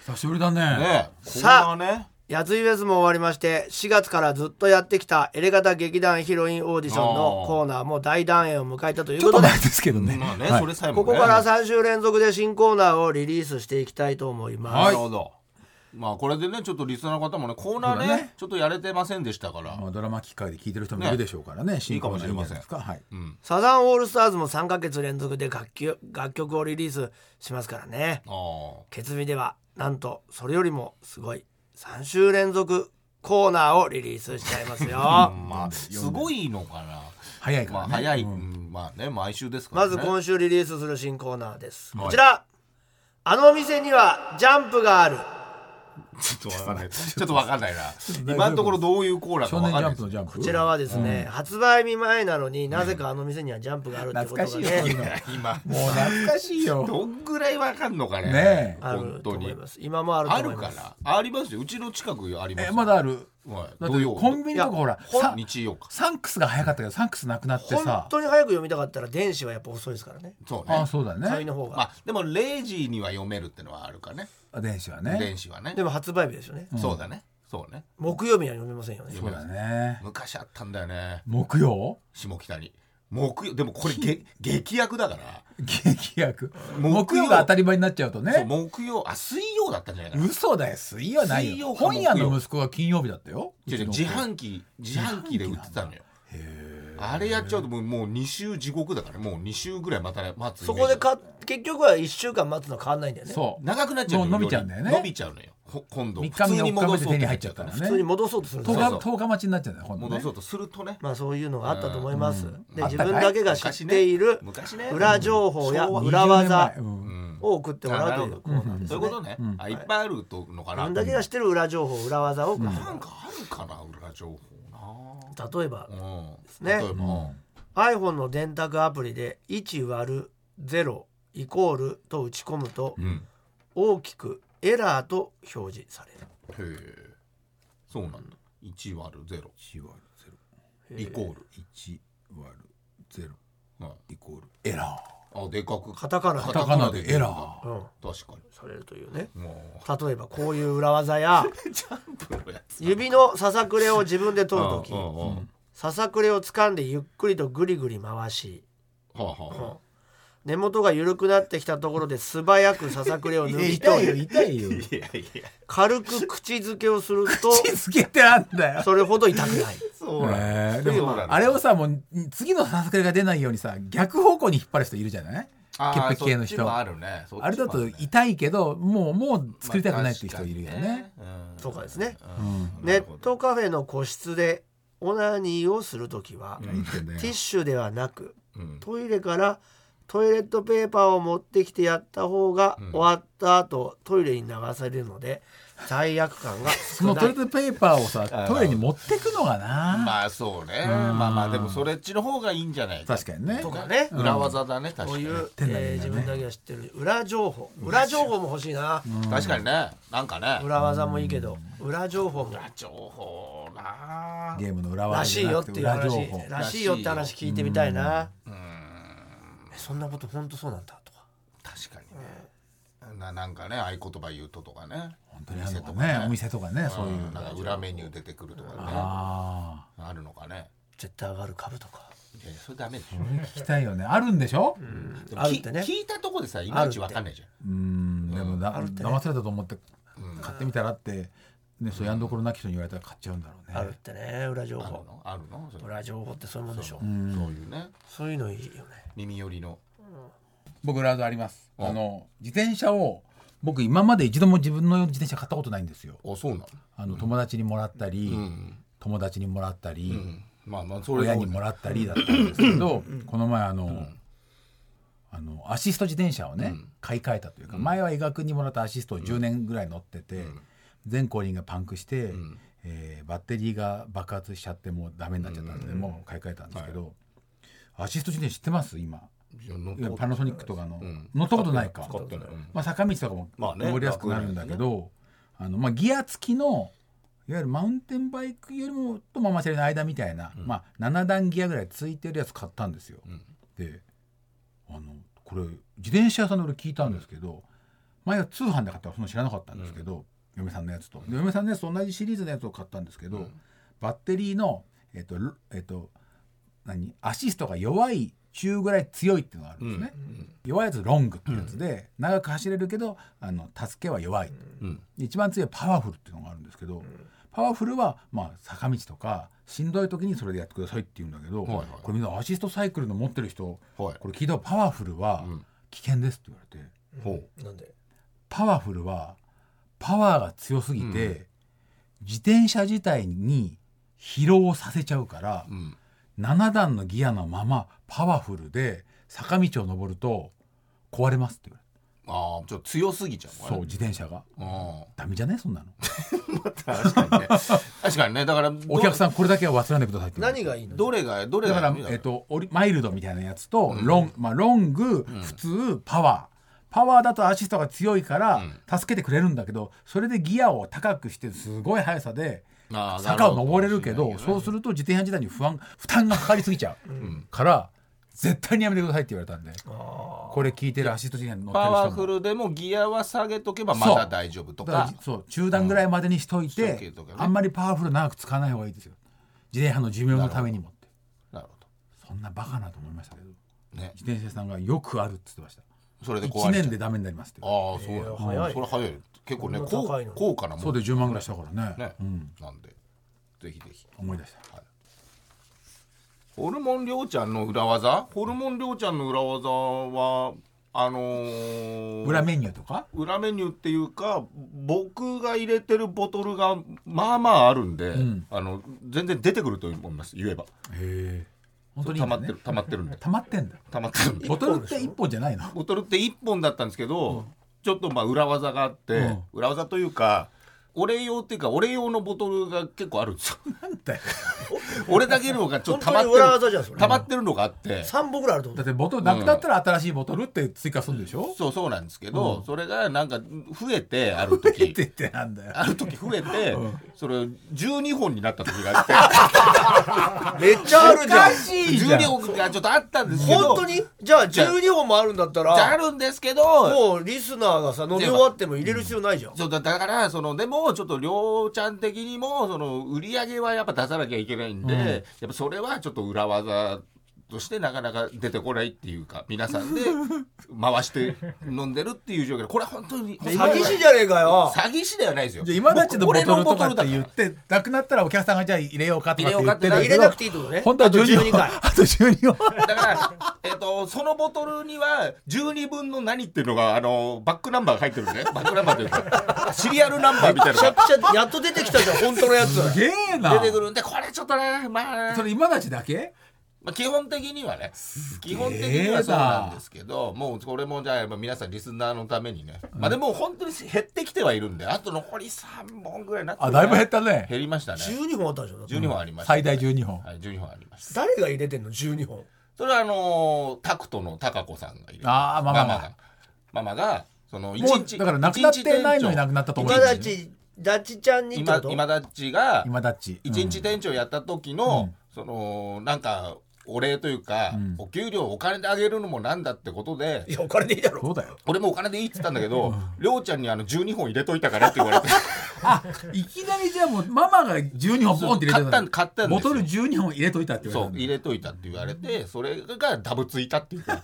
Speaker 3: 久しぶりだね
Speaker 2: ねえ
Speaker 1: さあ
Speaker 2: こんなね
Speaker 1: やついフェスも終わりまして4月からずっとやってきたエレガタ劇団ヒロインオーディションのコーナーも大団円を迎えたという
Speaker 3: ちょ
Speaker 1: こ
Speaker 3: っと
Speaker 1: とで
Speaker 3: 前ですけどね
Speaker 2: まあね
Speaker 3: はい
Speaker 2: それさえも
Speaker 1: こ
Speaker 2: ね
Speaker 1: こから3週連続で新コーナーをリリースしていきたいと思います、
Speaker 2: なるほど。まあこれでねちょっとリスナーの方もねコーナー
Speaker 3: そう
Speaker 2: ね
Speaker 3: だね
Speaker 2: ちょっとやれてませんでしたから、
Speaker 3: まあドラマきっかけで聞いてる人もいるでしょうからね進行もいいんじゃないですかはい
Speaker 2: うん
Speaker 1: サザンオールスターズも3ヶ月連続で楽曲楽曲をリリースしますからね
Speaker 2: ああ
Speaker 1: ケツミではなんとそれよりもすごい3週連続コーナーをリリースしちゃいますよ
Speaker 2: まあすごいのかな。
Speaker 3: 早いか
Speaker 2: ま
Speaker 3: ら
Speaker 2: あ
Speaker 3: ね
Speaker 2: 早い、うんまあね毎週ですから
Speaker 1: ま
Speaker 2: ね。
Speaker 1: ず今週リリースする新コーナーです
Speaker 2: はい
Speaker 1: こちらあのお店にはジャンプがある
Speaker 2: ちょっとわかんない。ちょっとわかんないな。今のところどういうコーナーか
Speaker 3: 少
Speaker 2: わ
Speaker 3: 年ジ
Speaker 2: かんない
Speaker 3: ャン
Speaker 2: で
Speaker 3: プ
Speaker 2: す
Speaker 3: の。ジャンプ
Speaker 1: こちらはですね発売日前なのになぜかあの店にはジャンプがあるってこと
Speaker 3: 懐
Speaker 1: が
Speaker 3: かしいよそういう
Speaker 1: ね
Speaker 3: の
Speaker 2: 今
Speaker 3: もう懐かしいよ
Speaker 2: どんぐらいわかんのかね。
Speaker 3: ねえ
Speaker 1: あ
Speaker 2: 本
Speaker 1: ると
Speaker 2: 当
Speaker 1: 思
Speaker 2: に
Speaker 1: います今もあると
Speaker 2: あ
Speaker 1: 思
Speaker 2: る
Speaker 1: い
Speaker 2: か
Speaker 1: ます
Speaker 2: らありますよ。うちの近くあります
Speaker 3: え
Speaker 2: よ。
Speaker 3: まだある
Speaker 2: はい。
Speaker 3: だっ
Speaker 2: 土
Speaker 3: て
Speaker 2: 曜
Speaker 3: コンビニとかほらさ
Speaker 2: 日曜か。
Speaker 3: サンクスが早かったけどサンクスなくなって
Speaker 1: 本
Speaker 3: さ
Speaker 1: 当に早く読みたかったら電子はやっぱ遅いですからね
Speaker 2: そうね
Speaker 3: あ。そうだ
Speaker 1: 紙
Speaker 3: ね
Speaker 1: の方が
Speaker 2: まあでも0時には読めるってのはあるかね。
Speaker 3: あ電子はね
Speaker 2: 電子はね
Speaker 1: で。も発売日ですよね
Speaker 2: そうだね。そうね。
Speaker 1: 木曜日には読めませんよね
Speaker 3: そうだね
Speaker 2: 昔あったんだよね
Speaker 3: 木曜
Speaker 2: 下北に木曜でもこれげ劇薬だから
Speaker 3: 劇薬
Speaker 2: 木曜
Speaker 3: 木曜が当たり前になっちゃうと
Speaker 2: そう
Speaker 3: ね
Speaker 2: 木曜あ水曜だったんじゃないかな
Speaker 3: 嘘だよ水曜はない
Speaker 2: 水曜
Speaker 3: よ
Speaker 2: か木
Speaker 3: 本
Speaker 2: 曜
Speaker 3: 屋の息子が金曜日だったよ
Speaker 2: 違う違う自販機自販機で売ってたのよあれやっちゃうともうもう2週地獄だからもう2週ぐらいまた待つイメージ
Speaker 1: そこでか結局は1週間待つの変わんないんだよね
Speaker 3: そう
Speaker 2: 長くなっちゃうのよ
Speaker 3: もう伸びちゃうんだよね
Speaker 2: 伸びちゃうのよほ今度
Speaker 3: 三日目
Speaker 2: 普通に戻そう
Speaker 3: 四日目で手に入っちゃったらね
Speaker 1: 普通に戻そうとするんです
Speaker 3: 10
Speaker 1: よ
Speaker 2: そう
Speaker 3: 日10日待ちになっちゃうんだよ今度
Speaker 2: 戻
Speaker 3: ね
Speaker 2: そうとするとね
Speaker 1: まあそういうのがあったと思います、で
Speaker 2: あっ
Speaker 1: 自
Speaker 2: たかい
Speaker 1: 分だけが知っている
Speaker 2: 昔ね昔ね
Speaker 1: 裏情報や
Speaker 2: うん
Speaker 3: 20
Speaker 1: 裏技
Speaker 3: 年前うん
Speaker 1: を送ってもらうというコーナー
Speaker 2: そういうことね、あいっぱいあるとのか
Speaker 1: 自
Speaker 2: な
Speaker 1: 分だけが知ってる裏情報裏技を送ってもら
Speaker 2: な
Speaker 1: うん
Speaker 2: かあるかな裏情報
Speaker 1: 例えば
Speaker 2: なうん
Speaker 1: ね
Speaker 2: 例えば、
Speaker 1: iPhone の電卓アプリで1割る0イコールと打ち込むと
Speaker 2: うん
Speaker 1: 大きくエラーと表示される
Speaker 2: へえそうなんだ1割る0
Speaker 3: 1割0
Speaker 2: イコール、
Speaker 3: 1割る0
Speaker 2: はい
Speaker 3: イコールエラ
Speaker 2: あでかく
Speaker 1: カタカナ
Speaker 3: ーカタカナでエラー
Speaker 1: うん、
Speaker 2: ー確か
Speaker 1: されるというね
Speaker 2: にも
Speaker 1: 例えばこういう裏技 や
Speaker 2: うジャンプのやつ
Speaker 1: 指のささくれを自分で取るとき
Speaker 2: うんうんうん
Speaker 1: ささくれを掴んでゆっくりとぐりぐり回し
Speaker 2: はあはあは
Speaker 1: 根元が緩くなってきたところで素早くささくれを抜き
Speaker 3: 痛いよ
Speaker 1: 取り
Speaker 3: 痛いよ
Speaker 2: あいやいや
Speaker 1: 軽く口づけをする
Speaker 3: 気付けてあんだよ
Speaker 1: とそれほど痛く ない
Speaker 2: そうなん
Speaker 3: へー
Speaker 2: で
Speaker 3: で
Speaker 2: も
Speaker 3: も
Speaker 2: なんだ
Speaker 3: あれをさもう次のささくれが出ないようにさ逆方向に引っ張る人いるじゃない
Speaker 2: あー
Speaker 3: 潔癖系の人
Speaker 2: そっちもあるねそっちも
Speaker 3: あれだと痛いけどもうもう作りたくないっていう人いるよね。
Speaker 2: まあ確かに
Speaker 1: とかですね
Speaker 2: うん
Speaker 1: ネットカフェの個室でオナニーをするときは、
Speaker 2: うん
Speaker 1: ティッシュではなく
Speaker 2: うん
Speaker 1: トイレからトイレットペーパーを持ってきてやった方が終わった後、トイレに流されるので罪悪感が
Speaker 3: そ
Speaker 1: 少
Speaker 3: の
Speaker 1: な
Speaker 3: トイ
Speaker 1: い
Speaker 3: レットペーパーをさトイレに持ってくのがな
Speaker 2: まあそうねまあまあでもそれっちの方がいいんじゃない
Speaker 3: 確かにね
Speaker 1: とかね、
Speaker 2: 裏技だね確
Speaker 1: こ
Speaker 2: か
Speaker 1: う
Speaker 2: に
Speaker 1: いう、
Speaker 3: 手になるんだ
Speaker 1: えー自
Speaker 3: ね
Speaker 1: 分だけが知ってる裏情報裏情報も欲しいな、
Speaker 2: 確かにねなんかね
Speaker 1: 裏技もいいけど裏情報も
Speaker 2: 裏情報な
Speaker 3: ゲームの裏
Speaker 1: ら
Speaker 3: 技
Speaker 1: し
Speaker 3: じ
Speaker 1: い
Speaker 3: ゃ
Speaker 1: よ
Speaker 3: な
Speaker 1: っ
Speaker 3: く
Speaker 1: て
Speaker 3: て
Speaker 1: いう
Speaker 3: 裏情
Speaker 1: 話
Speaker 3: 報
Speaker 1: らしいよって話聞いてみたいなえそんなこと本当そうなんだとか
Speaker 2: 確かにねななんかね合言葉言うととかね
Speaker 3: 本当にあるのかねお店とかねそういう
Speaker 2: なんか裏メニュー出てくるとかね
Speaker 3: あ
Speaker 2: あるのかね
Speaker 1: 絶対上がる株とか
Speaker 2: いやいやそれダメでしょ
Speaker 3: あ聞きたいよねあるんでしょ
Speaker 2: でも
Speaker 1: あるっ
Speaker 2: き
Speaker 1: てね
Speaker 2: 聞いたとこでさいまいちわかんないじゃん
Speaker 3: うんでもだ
Speaker 1: あるってね
Speaker 3: 騙されたと思って買ってみたらってねそうやんどころなき人に言われたら買っちゃうんだろうね
Speaker 1: あるってね裏情
Speaker 2: ある
Speaker 1: 報
Speaker 2: のあるのそれ
Speaker 1: 裏情報ってそういうもんでしょ
Speaker 2: そういうね
Speaker 1: そういうのいいよね
Speaker 2: 耳寄りの
Speaker 3: 僕裏技ありますあの自転車を僕今まで一度も自分の自転車買ったことないんですよ
Speaker 2: あそうなの
Speaker 3: あの友達にもらったり、
Speaker 2: うん
Speaker 3: 友達にもらったり、
Speaker 2: うんまあまあそれ
Speaker 3: 親にもらったりだったんですけど、この前あの、あのアシスト自転車をね、買い替えたというか、前は伊賀君にもらったアシストを10年ぐらい乗ってて、全後輪がパンクして、えーバッテリーが爆発しちゃってもうダメになっちゃったんで、もう買い替えたんですけど、アシスト自転車知ってます今
Speaker 2: いや乗っ
Speaker 3: いや
Speaker 2: た
Speaker 3: パナソニックとかの、乗ったことないか
Speaker 2: 使ってないうん
Speaker 3: まあ、坂道とかも
Speaker 2: まあね
Speaker 3: 登りやすくなるんだけど、あのまあ、ギア付きのいわゆるマウンテンバイクよりもとママチャリの間みたいな、まあ、7段ギアぐらいついてるやつ買ったんですよ。であのこれ自転車屋さんで俺聞いたんですけど、前は通販で買ったからそんな知らなかったんですけど、嫁さんのやつと、で嫁さんのやつと同じシリーズのやつを買ったんですけど、バッテリーのえっと、ルえっと、何アシストが弱い中ぐらい強いっていうのがあるんですね、弱いやつロングっていうやつで、長く走れるけどあの助けは弱い、
Speaker 2: うん
Speaker 3: 一番強いパワフルっていうのがあるんですけど、パワフルは、まあ、坂道とかしんどい時にそれでやってくださいっていうんだけど、
Speaker 2: はいはい
Speaker 3: これみんなアシストサイクルの持ってる人、
Speaker 2: はい
Speaker 3: これ聞いたらパワフルは危険ですって言われて、
Speaker 2: ほう
Speaker 1: なんで
Speaker 3: パワフルはパワーが強すぎて、自転車自体に疲労させちゃうから、
Speaker 2: ん
Speaker 3: 7段のギアのままパワフルで坂道を登ると壊れますって言わ
Speaker 2: ああちょっと強すぎちゃ
Speaker 3: れ
Speaker 2: う
Speaker 3: たそう
Speaker 2: う
Speaker 3: 自転車が
Speaker 2: あ
Speaker 3: ダメじゃねそ んなの
Speaker 2: あ確かにね 確かにねだから
Speaker 3: お客
Speaker 2: ん
Speaker 3: さんこれだけは忘れないでくださいって言われ
Speaker 1: 何
Speaker 3: て
Speaker 1: がいいの
Speaker 2: どれがどれ
Speaker 3: だ
Speaker 2: が
Speaker 3: から、えっと、オリマイルドみたいなやつと、ロンまあ、ロング、普通パワーパワーだとアシストが強いから助けてくれるんだけどそれでギアを高くしてすごい速さで
Speaker 2: あー
Speaker 3: 坂を登れるけ
Speaker 2: なるほ
Speaker 3: ど
Speaker 2: ど
Speaker 3: そうすると自転車自体に不安負担がかかりすぎちゃうから絶対にやめてくださいって言われたんでこれ聞いてるアシスト自転車に乗ってる
Speaker 2: パ
Speaker 3: 人
Speaker 2: ワ
Speaker 3: も
Speaker 2: フルでもギアは下げとけばまだ大丈夫と
Speaker 3: だから
Speaker 2: か
Speaker 3: じそう中段ぐらいまでにしとい
Speaker 2: しとけ
Speaker 3: て
Speaker 2: とかね
Speaker 3: あんまりパワフル長く使わない方がいいですよ自転車の寿命のためにもって
Speaker 2: なるほ
Speaker 3: そんなバカなと思いましたけど
Speaker 2: どね
Speaker 3: 自転車さんがよくあるって言ってました
Speaker 2: それで
Speaker 3: 1
Speaker 2: 壊れちゃ
Speaker 3: 年
Speaker 2: う
Speaker 3: でダメになりますって
Speaker 2: ああそうや
Speaker 1: いや早い
Speaker 2: それ早い結構ね
Speaker 1: こんな
Speaker 2: 高
Speaker 1: 高いの
Speaker 2: 高価なもん
Speaker 3: そうで10万ぐらいしたからね
Speaker 2: ね
Speaker 3: うん
Speaker 2: なんでぜひぜひ
Speaker 3: 思い出した
Speaker 2: ホルモンりょうちゃんの裏技ホルモンりょうちゃんの裏技はあのー
Speaker 3: 裏メニューとか
Speaker 2: 裏メニューっていうか僕が入れてるボトルがまあまああるんで、あの全然出てくると思います言えば
Speaker 3: へえ本当にいい
Speaker 2: 溜
Speaker 3: ん
Speaker 2: ま
Speaker 3: だ
Speaker 2: っ
Speaker 3: ね
Speaker 2: てる溜まってるんで
Speaker 3: 溜まってんだ
Speaker 2: 溜まってるんで
Speaker 3: ボトルって1本じゃないの
Speaker 2: ボトルって1本だったんですけど、ちょっとまあ裏技があって、裏技というかお礼用っていうかお礼用のボトルが結構あるんですよ
Speaker 3: なんだよ
Speaker 2: 俺だけのがちょっと溜まっ
Speaker 1: 本当に裏技
Speaker 2: て
Speaker 1: じゃん
Speaker 2: る
Speaker 1: それ
Speaker 2: 溜まってるのがあって
Speaker 1: 3本ぐらいあると思
Speaker 3: だっ
Speaker 1: う
Speaker 3: てボトルなくなったら新しいボトルって追加するんでしょ、
Speaker 2: そうそうなんですけど、それがなんか増えてある時
Speaker 3: って言ってなんだよ
Speaker 2: ある時増え て、それ12本になった時があって
Speaker 1: めっちゃあるじゃん
Speaker 3: いじゃん
Speaker 2: 12本がちょっとあったんですけど
Speaker 1: 本当にじゃあ12本もあるんだった
Speaker 2: じゃああ
Speaker 1: ら
Speaker 2: るんですけど
Speaker 1: もうリスナーがさ飲み終わっても入れる必要ないじゃん
Speaker 2: そうだだからそのでもちょっと亮ちゃん的にもその売り上げはやっぱ出さなきゃいけないんで、やっぱそれはちょっと裏技としてなかなか出てこないっていうか皆さんで回して飲んでるっていう状況でこれは本当に詐
Speaker 1: 詐欺師じゃねえかよ
Speaker 2: 詐欺師ではないですよ
Speaker 3: じゃあ今だちのボトルとか
Speaker 2: 俺
Speaker 3: って
Speaker 2: のボトル
Speaker 3: 言
Speaker 2: だか
Speaker 3: ってなくなったらお客さんがじゃあ入れようかとかって言ってる
Speaker 1: 入
Speaker 3: け
Speaker 1: れ
Speaker 3: ど
Speaker 1: なくていいってことね
Speaker 3: 本当は12本
Speaker 1: 回
Speaker 3: あと12本
Speaker 2: らだから、えっとそのボトルには12分の何っていうのがあのバックナンバーが入ってるんですねバックナンバーというかシリアルナンバーみたい
Speaker 1: めち
Speaker 2: な
Speaker 1: ゃ
Speaker 2: のが
Speaker 1: くちゃやっと出てきた じゃん本当のやつ
Speaker 3: すげえな
Speaker 2: 出てくるんでこれちょっとねまあ
Speaker 3: それ今だちだけ
Speaker 2: まあ、基本的にはね基本的にはそうなんですけどもうこれもじゃあやっぱ皆さんリスナーのためにね、まあでも本当に減ってきてはいるんであと残り3本ぐらいになってる
Speaker 3: あ
Speaker 2: ね
Speaker 3: だいぶ減ったね
Speaker 2: 減りましたね
Speaker 1: 12本あったでしょだって
Speaker 2: 12本ありました、
Speaker 3: 最大12本
Speaker 2: はい、12本ありました
Speaker 1: 誰が入れてんの12本
Speaker 2: それはあのータクトのタカ子さんがいる
Speaker 3: あーママが
Speaker 2: がママがその一
Speaker 3: も
Speaker 2: 日
Speaker 3: うだからなくなってないのになくなったと思う
Speaker 1: 今だちだちちゃんにってこ
Speaker 2: 今
Speaker 1: と
Speaker 2: 今だっちが
Speaker 3: 今だち
Speaker 2: 一日店長やった時
Speaker 3: う
Speaker 2: の、
Speaker 3: ん
Speaker 2: そのなんかお礼というか、
Speaker 3: ん
Speaker 2: お給料お金であげるのもなんだってことで
Speaker 1: いやお金でいいだ
Speaker 3: うんそ
Speaker 1: ろ
Speaker 3: うだよ
Speaker 2: 俺もお金でいいって言ったんだけど、りょうちゃんにあの12本入れといたからって言われ て、
Speaker 3: あいきなりじゃあもうママが12本ポンって入れた
Speaker 2: 買った買ったんで
Speaker 3: ボ
Speaker 2: すよ
Speaker 3: トル12本入れといたって言
Speaker 2: そ
Speaker 3: わ
Speaker 2: う、
Speaker 3: れ
Speaker 2: 入
Speaker 3: た
Speaker 2: れといたって言われて、それがダブついたっていうか、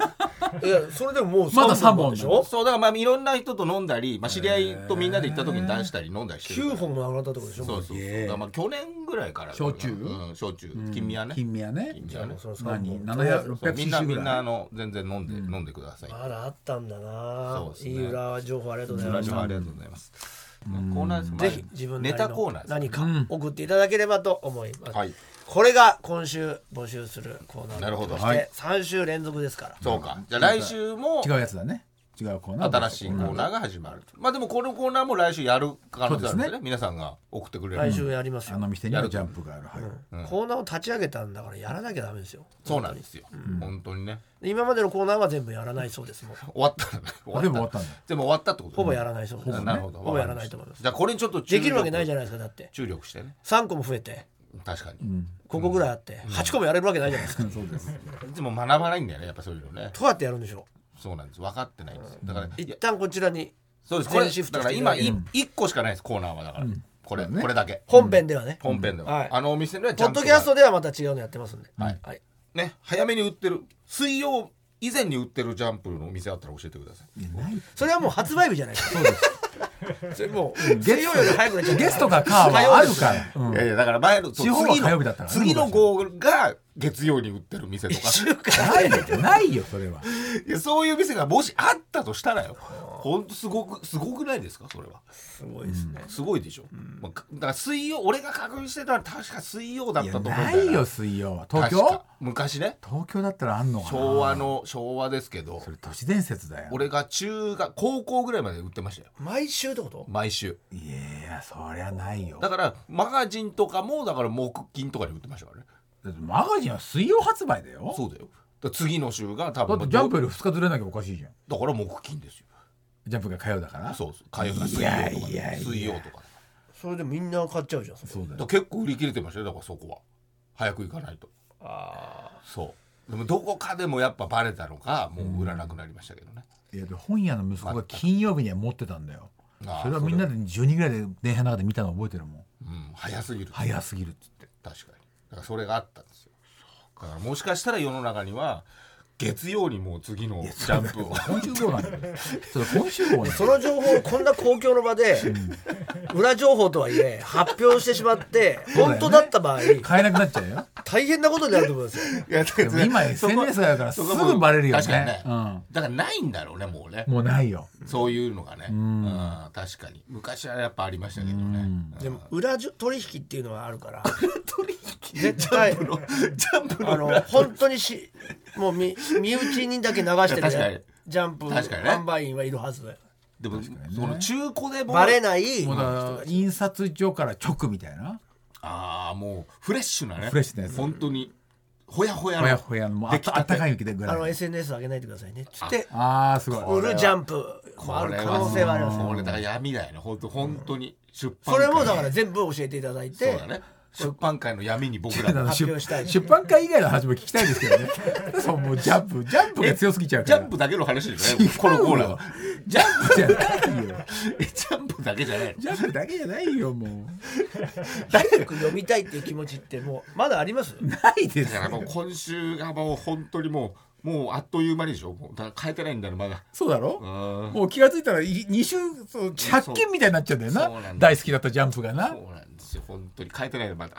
Speaker 1: いやそれでももう
Speaker 3: まだ
Speaker 1: 3
Speaker 3: 三
Speaker 1: 本
Speaker 3: 本
Speaker 1: でしょ
Speaker 2: そう、だからまあいろんな人と飲んだり、まあ、知り合いとみんなで行った時に出したり飲んだりしてるから
Speaker 1: 9本もなくなったってことでしょ
Speaker 2: そ
Speaker 1: も
Speaker 2: う
Speaker 1: う
Speaker 2: そうそう、
Speaker 3: すげえ
Speaker 2: だからまあ去年ぐらいからだから
Speaker 3: 焼酎
Speaker 2: うん、焼酎、金宮ね。
Speaker 3: 金宮ね
Speaker 2: 金宮ね
Speaker 1: その三本
Speaker 3: 何700
Speaker 2: そうみんな、
Speaker 3: 600cc
Speaker 2: み
Speaker 3: ぐ
Speaker 2: んな
Speaker 3: ら
Speaker 2: あ
Speaker 3: い
Speaker 2: の全然飲んで、飲んでください。
Speaker 1: まだあったんだな
Speaker 2: そうです
Speaker 1: い
Speaker 2: ね
Speaker 1: い裏情報ありがとうござい
Speaker 2: ラ
Speaker 1: ま
Speaker 2: ジ
Speaker 1: し
Speaker 2: オ
Speaker 1: た
Speaker 2: ありがとうございます。コーナーですまあ
Speaker 1: ぜひ自分な
Speaker 2: ネ
Speaker 1: り
Speaker 2: タコーナ
Speaker 1: の
Speaker 2: ーです
Speaker 1: 何か送っていただければと思います、
Speaker 2: はい
Speaker 1: これが今週募集するコーナー
Speaker 2: なるほど
Speaker 1: そし
Speaker 2: は
Speaker 1: て
Speaker 2: い
Speaker 1: 3週連続ですから
Speaker 2: そうか。じゃあ来週も
Speaker 3: 違うやつだね違うコーナー
Speaker 2: 新しいコーナーが始まるとまあでもこのコーナーも来週やる可能性あるんですね
Speaker 3: そうです
Speaker 2: 皆さんが送ってくれる
Speaker 1: 来週やります
Speaker 3: あ
Speaker 1: よ、
Speaker 3: の店にはジャンプがあるはい
Speaker 1: コーナーを立ち上げたんだからやらなきゃダメですよ
Speaker 2: そうなんですよ本当にね
Speaker 1: 今までのコーナーは全部やらないそうですもう
Speaker 2: 終わったらね
Speaker 3: あでも終わったんだ
Speaker 2: でも終わったってこと
Speaker 1: ほぼやら
Speaker 2: ら
Speaker 1: ないそうです、
Speaker 2: なるほど
Speaker 1: ほぼやらないと思います
Speaker 2: じゃあこれにちょっと注
Speaker 1: で
Speaker 2: 力
Speaker 1: きるわけないじゃないですかだって
Speaker 2: 注力してね
Speaker 1: 3個も増えて
Speaker 2: 確かに
Speaker 1: ここぐらいあって8個もやれるわけないじゃないですか、
Speaker 3: そうです
Speaker 2: いつも学ばないんだよねやっぱそういうのね
Speaker 1: どうやってやるんでしょ
Speaker 2: そうなんです分かってないんですよだから
Speaker 1: う一旦こちらに
Speaker 2: そうですこれ
Speaker 1: 全シフト
Speaker 2: だから
Speaker 1: していただ
Speaker 2: 今
Speaker 1: ければ
Speaker 2: 1個しかないですコーナーはだからこれこれだけ
Speaker 1: 本編ではね、
Speaker 2: 本編で
Speaker 1: はい
Speaker 2: はあのお店では
Speaker 1: ポッドキャストではまた違うのやってますんで、
Speaker 2: はい
Speaker 1: はい、
Speaker 2: ね早めに売ってる水曜以前に売ってるジャンプのお店あったら教えてください
Speaker 3: いやない
Speaker 1: それはもう発売日じゃないですか。そうです。それもう、月曜より早くなっちゃう。
Speaker 3: ゲストがカーはあるからうん
Speaker 2: いやいやだから前のそう
Speaker 3: 地方は
Speaker 2: 次の
Speaker 3: 火曜日だったからね
Speaker 2: 次の号が月曜に売ってる店とか
Speaker 1: 週間。
Speaker 3: ないよないよそれはい
Speaker 2: やそういう店がもしあったとしたらよほんとすごくすごくないですかそれは
Speaker 1: すごいですね。
Speaker 2: すごいでしょ、まあかだから水曜俺が確認してたら確か水曜だっ
Speaker 3: い
Speaker 2: た
Speaker 3: や
Speaker 2: と思うんだ
Speaker 3: な
Speaker 2: よない
Speaker 3: よ水曜は東
Speaker 2: 確
Speaker 3: 京
Speaker 2: か昔ね
Speaker 3: 東京だったらあんのかな
Speaker 2: 昭和の昭和ですけど
Speaker 3: それ都市伝説だよ
Speaker 2: 俺が中学高校ぐらいまで売ってましたよ
Speaker 1: 毎週ってこと
Speaker 2: 毎週
Speaker 3: いやそりゃないよ
Speaker 2: だからマガジンとかもだから木金とかに売ってましたからね
Speaker 3: だってマガジンは水曜発売だよ
Speaker 2: そうだよだから次の週が多
Speaker 3: だ
Speaker 2: 分
Speaker 3: ってジャンプより2日ずれなきゃおかしいじゃん
Speaker 2: だから木金ですよ
Speaker 3: ジャンプが火曜だから
Speaker 2: そうそう火曜とか水曜と
Speaker 3: や
Speaker 2: か
Speaker 3: いやいや
Speaker 2: 水曜とか
Speaker 1: それでみんな買っちゃうじゃん。それ
Speaker 3: そうだ
Speaker 2: だ
Speaker 3: よ
Speaker 2: から結構売り切れてましたよだからそこは早く行かないと
Speaker 1: あ
Speaker 2: そうでもどこかでもやっぱバレたのかもう売らなくなりましたけどね、
Speaker 3: いやで本屋の息子が金曜日には持ってたんだよ
Speaker 2: ああ
Speaker 3: それはみんなで10人ぐらいで電車の中で見たの覚えてるも
Speaker 2: う
Speaker 3: ん
Speaker 2: ん、早すぎる
Speaker 3: 早すぎるっつって
Speaker 2: 確かにだからそれがあったんですよだからもしかしたら世の中には月曜にもう次のジャンプを
Speaker 3: 今週号なんだよ それ今週号なんだ
Speaker 1: あ。
Speaker 3: よ
Speaker 1: その情報をこんな公共の場で、裏情報とはいえ、発表してしまって、本当だった場合、
Speaker 3: 買えなくなっちゃうよ
Speaker 1: 大変なことになると思いますよ。
Speaker 2: いや
Speaker 3: でも今 SNS があるからすぐバレるよね
Speaker 2: 確かにね、
Speaker 3: うん
Speaker 2: だからないんだろうねもうね
Speaker 3: もうないよ
Speaker 2: そういうのがね、うん、確かに昔はやっぱありましたけどね、
Speaker 1: でも、裏じょ取引っていうのはあるから。絶対、
Speaker 2: ジャンプ
Speaker 1: あの、本当にし、もうみ身内にだけ流して
Speaker 2: 確かに
Speaker 1: るジャンプ
Speaker 2: 確かにね
Speaker 1: 販売員はいるはずだよ。
Speaker 2: でも、その中古でも
Speaker 1: バレない。
Speaker 3: もうだから印刷所から直みたいな
Speaker 2: ああもうフレッシュなね
Speaker 3: フレッシュなやつ
Speaker 2: 本当にほやほや
Speaker 3: ほ
Speaker 2: の
Speaker 3: やほやのもうあ
Speaker 2: できた
Speaker 3: た
Speaker 2: て
Speaker 3: あったかい雪でぐ
Speaker 1: あの
Speaker 3: らい
Speaker 1: SNS 上げないでくださいねっつって
Speaker 3: ああすごい
Speaker 1: 売るジャンプもある可能性はあります
Speaker 2: こ
Speaker 1: よ
Speaker 2: れだから闇だよね本当本当に出版
Speaker 1: そ
Speaker 2: 界
Speaker 1: れもだから全部教えていただい
Speaker 2: そう
Speaker 1: て
Speaker 2: だね出版界の闇に僕
Speaker 3: あ
Speaker 2: ら
Speaker 3: の
Speaker 2: が
Speaker 1: 発表したい
Speaker 3: 出出版会以外の話も聞きたいですけどねそうもうジャンプジャンプが強すぎちゃう
Speaker 2: ジ
Speaker 3: から
Speaker 2: ャンプだけの話じゃないこのコーナーはジャンプ
Speaker 3: じゃないよ
Speaker 2: えジャンプだけじゃないの
Speaker 3: ジャンプだけじゃないよも
Speaker 1: 早く読みたいっていう気持ちってもうまだあります
Speaker 3: うないで
Speaker 2: だ
Speaker 3: す
Speaker 2: からもう今週がもう本当にもうもうあっという間にでしょもうだから変えてないんだよまだ
Speaker 3: そうだろ
Speaker 2: うん
Speaker 3: もう気が付いたらい二週そう百均みたいになっちゃうんだよ
Speaker 2: そうなんだ
Speaker 3: な
Speaker 2: よ
Speaker 3: 大好きだったジャンプがな
Speaker 2: そうなんですよ本当に変えてないのまだ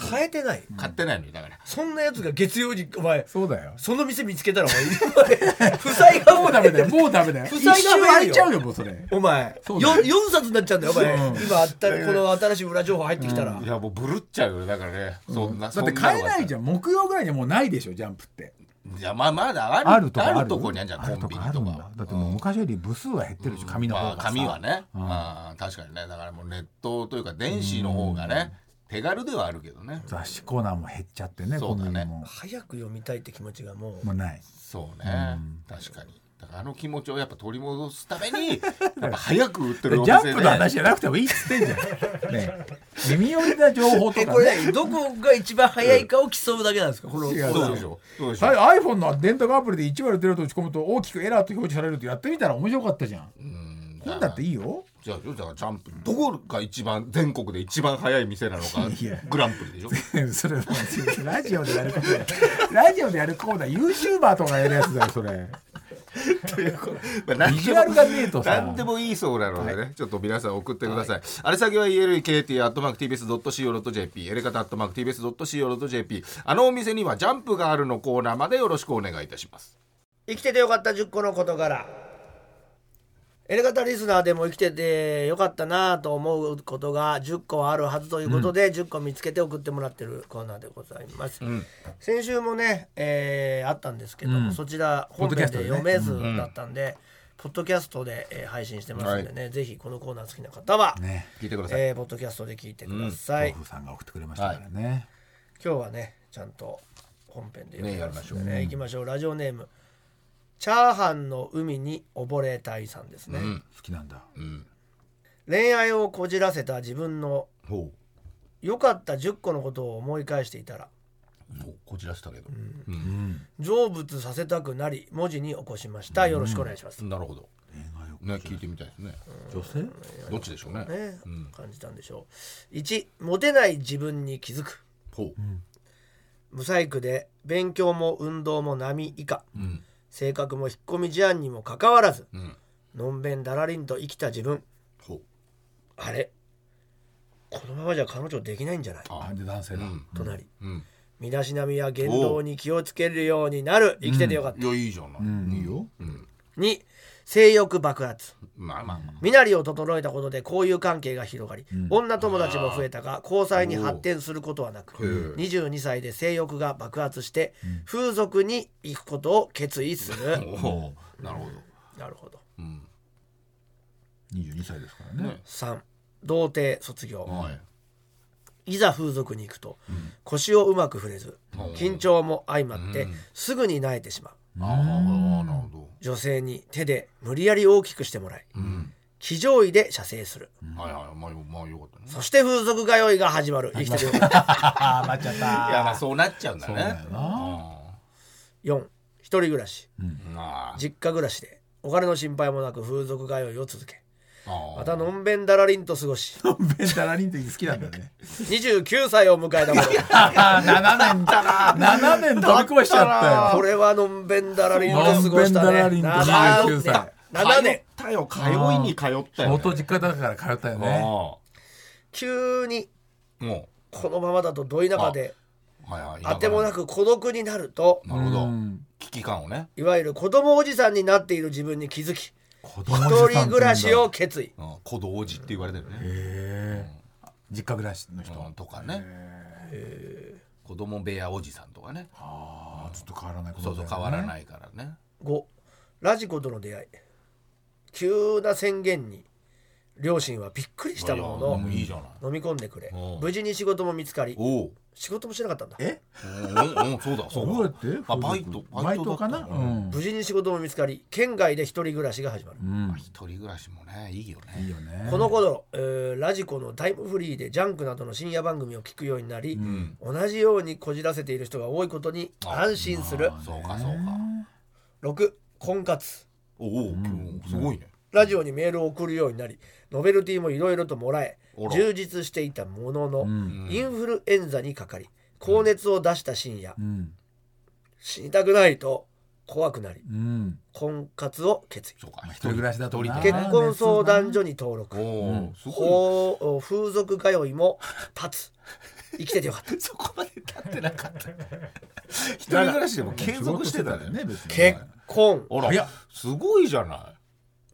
Speaker 1: 変えてない
Speaker 2: 買ってないのよだから
Speaker 1: そんなやつが月曜にお前
Speaker 3: そうだよ
Speaker 1: その店見つけたらお前 負債が
Speaker 3: もうダメだよもう ダメだよ
Speaker 1: 負
Speaker 3: 一
Speaker 1: 債が
Speaker 3: 周
Speaker 1: 増え
Speaker 3: 空
Speaker 1: るよ
Speaker 3: いちゃうよもうそれ
Speaker 1: お前
Speaker 3: そ
Speaker 1: よ
Speaker 3: うだよ
Speaker 1: 4冊になっちゃうんだよお前今あったこの新しい裏情報入ってきたら
Speaker 2: いやもうブルっちゃうよねだからねそんな
Speaker 3: だって買えないじ
Speaker 2: ゃ
Speaker 3: ゃん木曜ぐらいにはもうないでしょジャンプって
Speaker 2: んいやまあまだある
Speaker 3: あるとこ
Speaker 2: あるとこにあるじゃんコンビニ
Speaker 3: ある
Speaker 2: と
Speaker 3: ん
Speaker 2: か
Speaker 3: だだってもう昔より部数は減ってるでしょ紙の
Speaker 2: ま
Speaker 3: 方
Speaker 2: あ
Speaker 3: がさ
Speaker 2: 紙はね
Speaker 3: うん
Speaker 2: あー確かにねだからもうネットというか電子の方がね手軽ではあるけどね
Speaker 3: 雑誌コーナーも減っちゃってね
Speaker 2: そ
Speaker 3: コ
Speaker 2: う
Speaker 3: ンビ
Speaker 2: だね
Speaker 3: ニも
Speaker 1: 早く読みたいって気持ちがもう
Speaker 3: もうない
Speaker 2: そうね確かにだからあの気持ちをやっぱ取り戻すため にやっぱ早く売ってるお
Speaker 3: ジ
Speaker 2: 店
Speaker 3: ャ
Speaker 2: で
Speaker 3: ンプの話じゃなくてもいいっつってんじゃんね え耳寄りな情報と
Speaker 1: え
Speaker 3: か
Speaker 1: これ
Speaker 3: ね
Speaker 1: 何どこが一番早いかを競うだけなんですかこの
Speaker 3: 違う
Speaker 2: そうでしょそうでしょ
Speaker 3: はい iPhone の電卓アプリで1割出ると打ち込むと大きくエラーと表示されるとやってみたら面白かったじゃん
Speaker 2: うん
Speaker 3: 今だっていいよ
Speaker 2: じゃあ、じゃあ、ジャンプ、どこが一番、全国で一番早い店なのか
Speaker 3: いや、
Speaker 2: グランプリ でしょ。
Speaker 3: それはラジオでやることだラジオでやるコーナーユーチューバーとかやるやつだよそれ
Speaker 2: まあ、何
Speaker 3: ビジ
Speaker 2: で
Speaker 3: ュアル
Speaker 2: も、
Speaker 3: がねえとさ
Speaker 2: 何でもいいそうなのでね、ちょっと皆さん送ってください。あれ先は elkt.tbs.co.jp、エレカタ .tbs.co.jp、あのお店にはジャンプがあるのコーナーまでよろしくお願いいたします。
Speaker 1: 生きててよかった10個の事柄エレガタリスナーでも生きててよかったなと思うことが10個はあるはずということで、10個見つけて送ってもらってるコーナーでございます、先週もね、えーあったんですけども、
Speaker 3: うん
Speaker 1: そちら
Speaker 3: ポッ
Speaker 1: 本
Speaker 3: ドキ
Speaker 1: 編
Speaker 3: ャスト
Speaker 1: で
Speaker 3: でね
Speaker 1: 読めずだったんで、ポッドキャストで、えー配信してますんでね、ぜひこのコーナー好きな方は、
Speaker 3: ね
Speaker 2: 聞いてください。
Speaker 1: えーポッドキャストで聞いてください、
Speaker 3: 豆腐さんが送ってくれましたからね、
Speaker 1: 今日はねちゃんと本編で
Speaker 2: ねや
Speaker 1: やり
Speaker 2: りま
Speaker 1: ま
Speaker 2: し
Speaker 1: し
Speaker 2: ょ
Speaker 1: ょ
Speaker 2: う
Speaker 1: うね行きましょうラジオネームチャーハンの海に溺れたいさんですね、
Speaker 3: 好きなんだ
Speaker 2: うん。
Speaker 1: 恋愛をこじらせた自分の
Speaker 2: ほ
Speaker 1: 良かった10個のことを思い返していたら
Speaker 2: う。もうこじらせたけど。
Speaker 3: う
Speaker 2: うん
Speaker 1: 成仏させたくなり文字に起こしましたよろしくお願いします、
Speaker 2: ん。なるほど。
Speaker 3: 恋愛を
Speaker 2: ね、聞いてみたいですね。
Speaker 3: 女性
Speaker 2: どっちでしょうね。
Speaker 1: ね
Speaker 2: うん
Speaker 1: 感じたんでしょう1モテない自分に気づく
Speaker 2: ほ
Speaker 1: 無細工で勉強も運動も波以下
Speaker 2: う。うん。
Speaker 1: 性格も引っ込み思案にもかかわらず
Speaker 2: うん。
Speaker 1: のんべんだらりんと生きた自分
Speaker 2: ほう。
Speaker 1: あれこのままじゃ彼女できないんじゃない
Speaker 2: あ
Speaker 3: あで男性だ、
Speaker 2: うん
Speaker 1: となり
Speaker 2: うん。
Speaker 1: 身だしなみや言動に気をつけるようになる生きててよかっ
Speaker 2: いや、いいじゃない。
Speaker 3: んいいよ。
Speaker 2: うん。
Speaker 1: た2性欲爆発
Speaker 2: まあまあまあ。
Speaker 1: 身なりを整えたことで交友関係が広がり、女友達も増えたが交際に発展することはなく
Speaker 2: へえ
Speaker 1: 22歳で性欲が爆発して、風俗に行くことを決意する
Speaker 2: おお、なるほど。
Speaker 1: なるほど
Speaker 2: うん。
Speaker 3: 22歳ですからね
Speaker 2: ね
Speaker 1: 3童貞卒業、
Speaker 2: はい。
Speaker 1: いざ風俗に行くと、腰をうまく振れず
Speaker 2: うん
Speaker 1: 緊張も相まって、
Speaker 2: うん
Speaker 1: すぐに萎えてしまう
Speaker 2: ああ、なるほど。
Speaker 1: 女性に手で無理やり大きくしてもらい
Speaker 2: うん。
Speaker 1: 騎乗位で射精する、
Speaker 2: はいはい、まあ、まあ、よかったね。
Speaker 1: そして風俗通いが始まる生きてる
Speaker 3: ああ待っちゃった
Speaker 2: いや、まあ、そうなっちゃうんだね。
Speaker 3: そうだよ
Speaker 2: あ
Speaker 1: 4一人暮らし
Speaker 2: ーまあ。
Speaker 1: 実家暮らしでお金の心配もなく風俗通いを続け
Speaker 2: あ
Speaker 1: またのんべんだらりんと過ごし
Speaker 3: ベンタラリンって好きなんだね
Speaker 1: 29歳を迎えたもの
Speaker 3: ああ7年だな7年飛び越しちゃった
Speaker 1: こ
Speaker 3: よ
Speaker 1: れはのんべんだらりんと過ごした
Speaker 3: のん
Speaker 1: ね
Speaker 3: べんだらりんと
Speaker 1: 7
Speaker 3: 29
Speaker 1: 年
Speaker 3: 歳
Speaker 1: 7年
Speaker 2: たよ、通いに通ったよ、ね。
Speaker 3: 元実家だから通ったよ
Speaker 2: ね。
Speaker 3: ね
Speaker 1: 急に
Speaker 2: も
Speaker 1: このままだとど田舎で
Speaker 2: う。はいはい。
Speaker 1: あてもなく孤独になると
Speaker 2: なるほど
Speaker 3: う。ん
Speaker 2: 危機感をね。
Speaker 1: いわゆる子供おじさんになっている自分に気づき
Speaker 3: 子供
Speaker 1: 一
Speaker 3: おじ
Speaker 1: 人
Speaker 3: さんって言うんだ
Speaker 1: 暮らしを決意
Speaker 2: うん、小道寺って言われてるね。
Speaker 3: へえ実家暮らしの人
Speaker 2: うんとかね。子供部屋おじさんとかね。
Speaker 3: ああずっと変わらないこ
Speaker 2: そ
Speaker 3: と
Speaker 2: う
Speaker 3: だ
Speaker 2: そ
Speaker 3: よ
Speaker 2: う、
Speaker 3: ね
Speaker 2: 変わらないからね。
Speaker 1: 5ラジコとの出会い急な宣言に両親はびっくりしたも
Speaker 2: いや
Speaker 1: の
Speaker 2: も
Speaker 1: の
Speaker 2: ういいじゃない
Speaker 1: 飲み込んでくれ
Speaker 2: うん
Speaker 1: 無事に仕事も見つかり
Speaker 2: おう
Speaker 1: 仕事もしなかったんだ
Speaker 3: え
Speaker 2: おうおうそうだそ
Speaker 3: どう
Speaker 2: うだ
Speaker 3: やって
Speaker 2: あバイト
Speaker 3: バイトかな
Speaker 2: バイ
Speaker 3: う
Speaker 2: トだった
Speaker 3: ん
Speaker 1: 無事に仕事も見つかり県外で一人暮らしが始まる
Speaker 3: うん
Speaker 2: 一人暮らしもねいいよ
Speaker 3: いい
Speaker 2: ね
Speaker 3: よね
Speaker 1: この頃、えーラジコのタイムフリーでジャンクなどの深夜番組を聞くようになり、
Speaker 2: ん
Speaker 1: 同じようにこじらせている人が多いことに安心する、
Speaker 2: そうかそうか
Speaker 1: 6婚活
Speaker 2: おお今日すごいね
Speaker 1: ラジオにメールを送るようになりノベルティもいろいろともらえ
Speaker 2: あら
Speaker 1: 充実していたものの、
Speaker 3: ん
Speaker 1: インフルエンザにかかり高熱を出した深夜、
Speaker 3: うん
Speaker 1: 死にたくないと怖くなり
Speaker 3: うん
Speaker 1: 婚活を決意
Speaker 2: そうか一
Speaker 3: 一人暮らしだと
Speaker 2: 一人
Speaker 3: な
Speaker 2: で
Speaker 1: 結婚相談所に登録
Speaker 2: おおすごい
Speaker 1: 法風俗通いも立つ生きててよかった
Speaker 2: そこまで立ってなかった一人暮らしでも継続してたね
Speaker 3: 別 に
Speaker 1: 結婚
Speaker 2: あ
Speaker 3: 早っ
Speaker 2: らすごいじゃな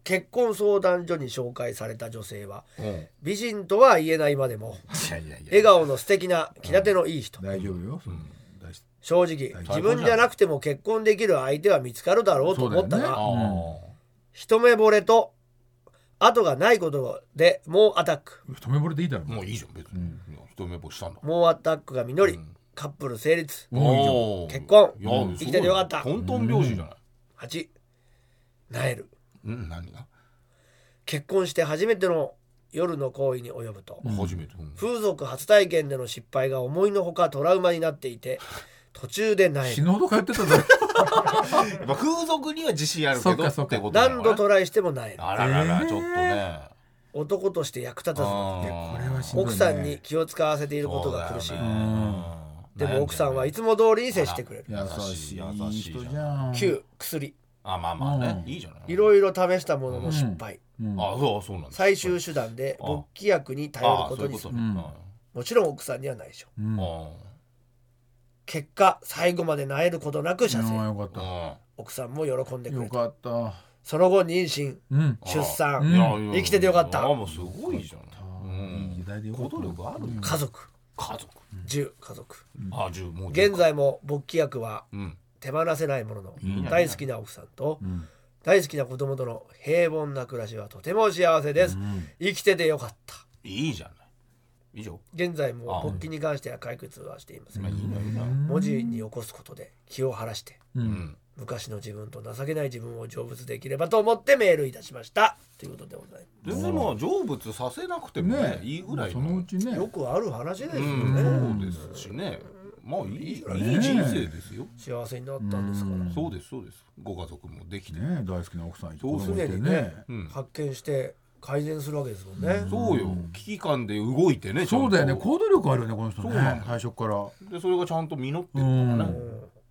Speaker 1: 結婚相談所に紹介された女性は
Speaker 2: いう
Speaker 1: 美人とは言えないまでも
Speaker 2: やいやいや
Speaker 1: 笑顔の素敵な気立てのいい人
Speaker 3: 大丈夫よその大し
Speaker 1: 正直
Speaker 3: はい
Speaker 1: 自分じゃなくても結婚できる相手は見つかるだろうと思った
Speaker 3: そうだよね
Speaker 1: が
Speaker 2: ああ
Speaker 1: 一目惚れと後がないことでもうアタック
Speaker 3: 一目惚れでいいだろ
Speaker 2: もういいじゃん別に、いや一目星したんだ
Speaker 1: もうアタックが実り
Speaker 2: ん
Speaker 1: カップル成立
Speaker 3: もういいじゃん
Speaker 2: おー
Speaker 1: 結婚
Speaker 2: いや
Speaker 1: うん生
Speaker 2: すご
Speaker 1: き
Speaker 2: い
Speaker 1: ててよかった
Speaker 2: トントン拍子じゃない
Speaker 1: 8なえる
Speaker 2: うん、何が
Speaker 1: 結婚して初めての夜の行為に及ぶと
Speaker 2: 初めて、うん
Speaker 1: 風俗初体験での失敗が思いのほかトラウマになっていて途中で萎え
Speaker 3: 死
Speaker 1: る
Speaker 3: ぬほど通ってたぞ
Speaker 2: やっぱ風俗には自信あるけ
Speaker 3: そ
Speaker 2: ど
Speaker 3: っかそっ
Speaker 2: っ
Speaker 3: か
Speaker 2: てことな
Speaker 1: 何
Speaker 2: の
Speaker 1: 度
Speaker 2: かな
Speaker 1: トライしても萎える
Speaker 2: あららら、
Speaker 3: えー
Speaker 2: ちょっとね
Speaker 1: 男として役立たず
Speaker 2: あー
Speaker 3: これはしんどいね
Speaker 1: 奥さんに気を使わせていることが苦しい、
Speaker 2: そうだよね
Speaker 1: で
Speaker 2: 悩んじゃう
Speaker 1: も奥さんはいつも通りに接してくれる
Speaker 3: 優しい
Speaker 2: 優
Speaker 3: いい
Speaker 2: しい
Speaker 3: 人
Speaker 2: じゃん
Speaker 3: じゃん
Speaker 1: 9薬
Speaker 2: あまあまあね、
Speaker 3: うん
Speaker 2: いいじゃない
Speaker 1: いろいろ試したものの失敗、
Speaker 3: うん
Speaker 2: あそうそうなんだ
Speaker 1: 最終手段で
Speaker 2: あ
Speaker 1: 勃起薬に頼る
Speaker 2: ああ
Speaker 1: こ
Speaker 2: そ
Speaker 1: と
Speaker 2: ういう
Speaker 1: に
Speaker 2: こ
Speaker 1: す
Speaker 2: と
Speaker 1: る
Speaker 2: ね
Speaker 3: うん
Speaker 1: もちろん奥さんには内緒
Speaker 3: うん
Speaker 2: うん
Speaker 3: あ
Speaker 1: 結果最後まで萎えることなく射精
Speaker 3: ーよかっ
Speaker 2: うん
Speaker 1: 奥さんも喜んで
Speaker 3: た
Speaker 1: く
Speaker 3: よ
Speaker 1: れた
Speaker 3: かった
Speaker 1: その後妊娠
Speaker 3: うん
Speaker 1: 出
Speaker 2: う
Speaker 1: 産
Speaker 2: んいやいや
Speaker 1: 生きててよかった
Speaker 2: あもうすごいじゃない
Speaker 3: いい時代でよかった
Speaker 2: 行動力あるよ
Speaker 1: 家族
Speaker 2: 家族
Speaker 1: 10家族
Speaker 2: あ十もう10
Speaker 1: 現在も勃起薬は
Speaker 2: うん
Speaker 1: 手放せないものの
Speaker 2: いね
Speaker 1: 大好きな奥さんと
Speaker 3: ん
Speaker 1: 大好きな子供との平凡な暮らしはとても幸せです生きててよかった
Speaker 2: いいじゃない以上
Speaker 1: 現在も
Speaker 2: あ
Speaker 1: 勃起に関しては解決はしていませ
Speaker 2: まあいい
Speaker 1: ん
Speaker 2: な、いいな
Speaker 1: 文字に起こすことで気を晴らして
Speaker 2: うん
Speaker 1: 昔の自分と情けない自分を成仏できればと思ってメールいたしましたということでございま
Speaker 2: 全然まあ成仏させなくてもね
Speaker 3: ね
Speaker 2: いいぐらい
Speaker 3: そのうちね
Speaker 1: すよくある話ですよ
Speaker 2: うん
Speaker 1: ね
Speaker 2: そうですしねまあいいいい
Speaker 3: ね
Speaker 2: 人生ですよ
Speaker 1: 幸せになったんですから
Speaker 2: そうですそうですご家族もできて
Speaker 3: ね大好きな奥さんいて
Speaker 2: そう
Speaker 3: 子供いて
Speaker 1: 常にね
Speaker 3: ね
Speaker 2: うん
Speaker 1: 発見して改善するわけですもんね
Speaker 2: そうよ危機感で動いてねちゃん
Speaker 3: そ
Speaker 2: と
Speaker 3: うだよね行動力あるよねこの人
Speaker 2: そうなの
Speaker 3: ね最初から
Speaker 2: でそれがちゃんと実ってるからね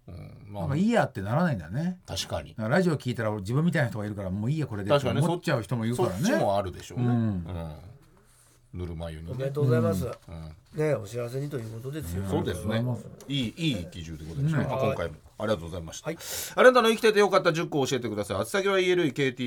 Speaker 2: うんま
Speaker 3: な
Speaker 2: あ
Speaker 3: んかいいやってならないんだね
Speaker 2: 確かに
Speaker 3: だからラジオ聞いたら俺自分みたいな人がいるからもういいやこれで
Speaker 2: 確かにね
Speaker 3: 思っちゃう人もいるか
Speaker 2: そ
Speaker 3: ら
Speaker 2: っち
Speaker 3: ね
Speaker 2: もあるでしょうね
Speaker 3: うん
Speaker 2: うんぬるま湯
Speaker 1: お
Speaker 2: に
Speaker 1: めで
Speaker 2: ね
Speaker 1: とうございます
Speaker 2: うん
Speaker 1: ねお幸せにということですよ
Speaker 2: そうですね
Speaker 3: うん。
Speaker 2: いい、いい基準でございます。まあ今回もありがとうございました。
Speaker 1: はい
Speaker 2: あなたの生きててよかった10個を教えてください。あつ先は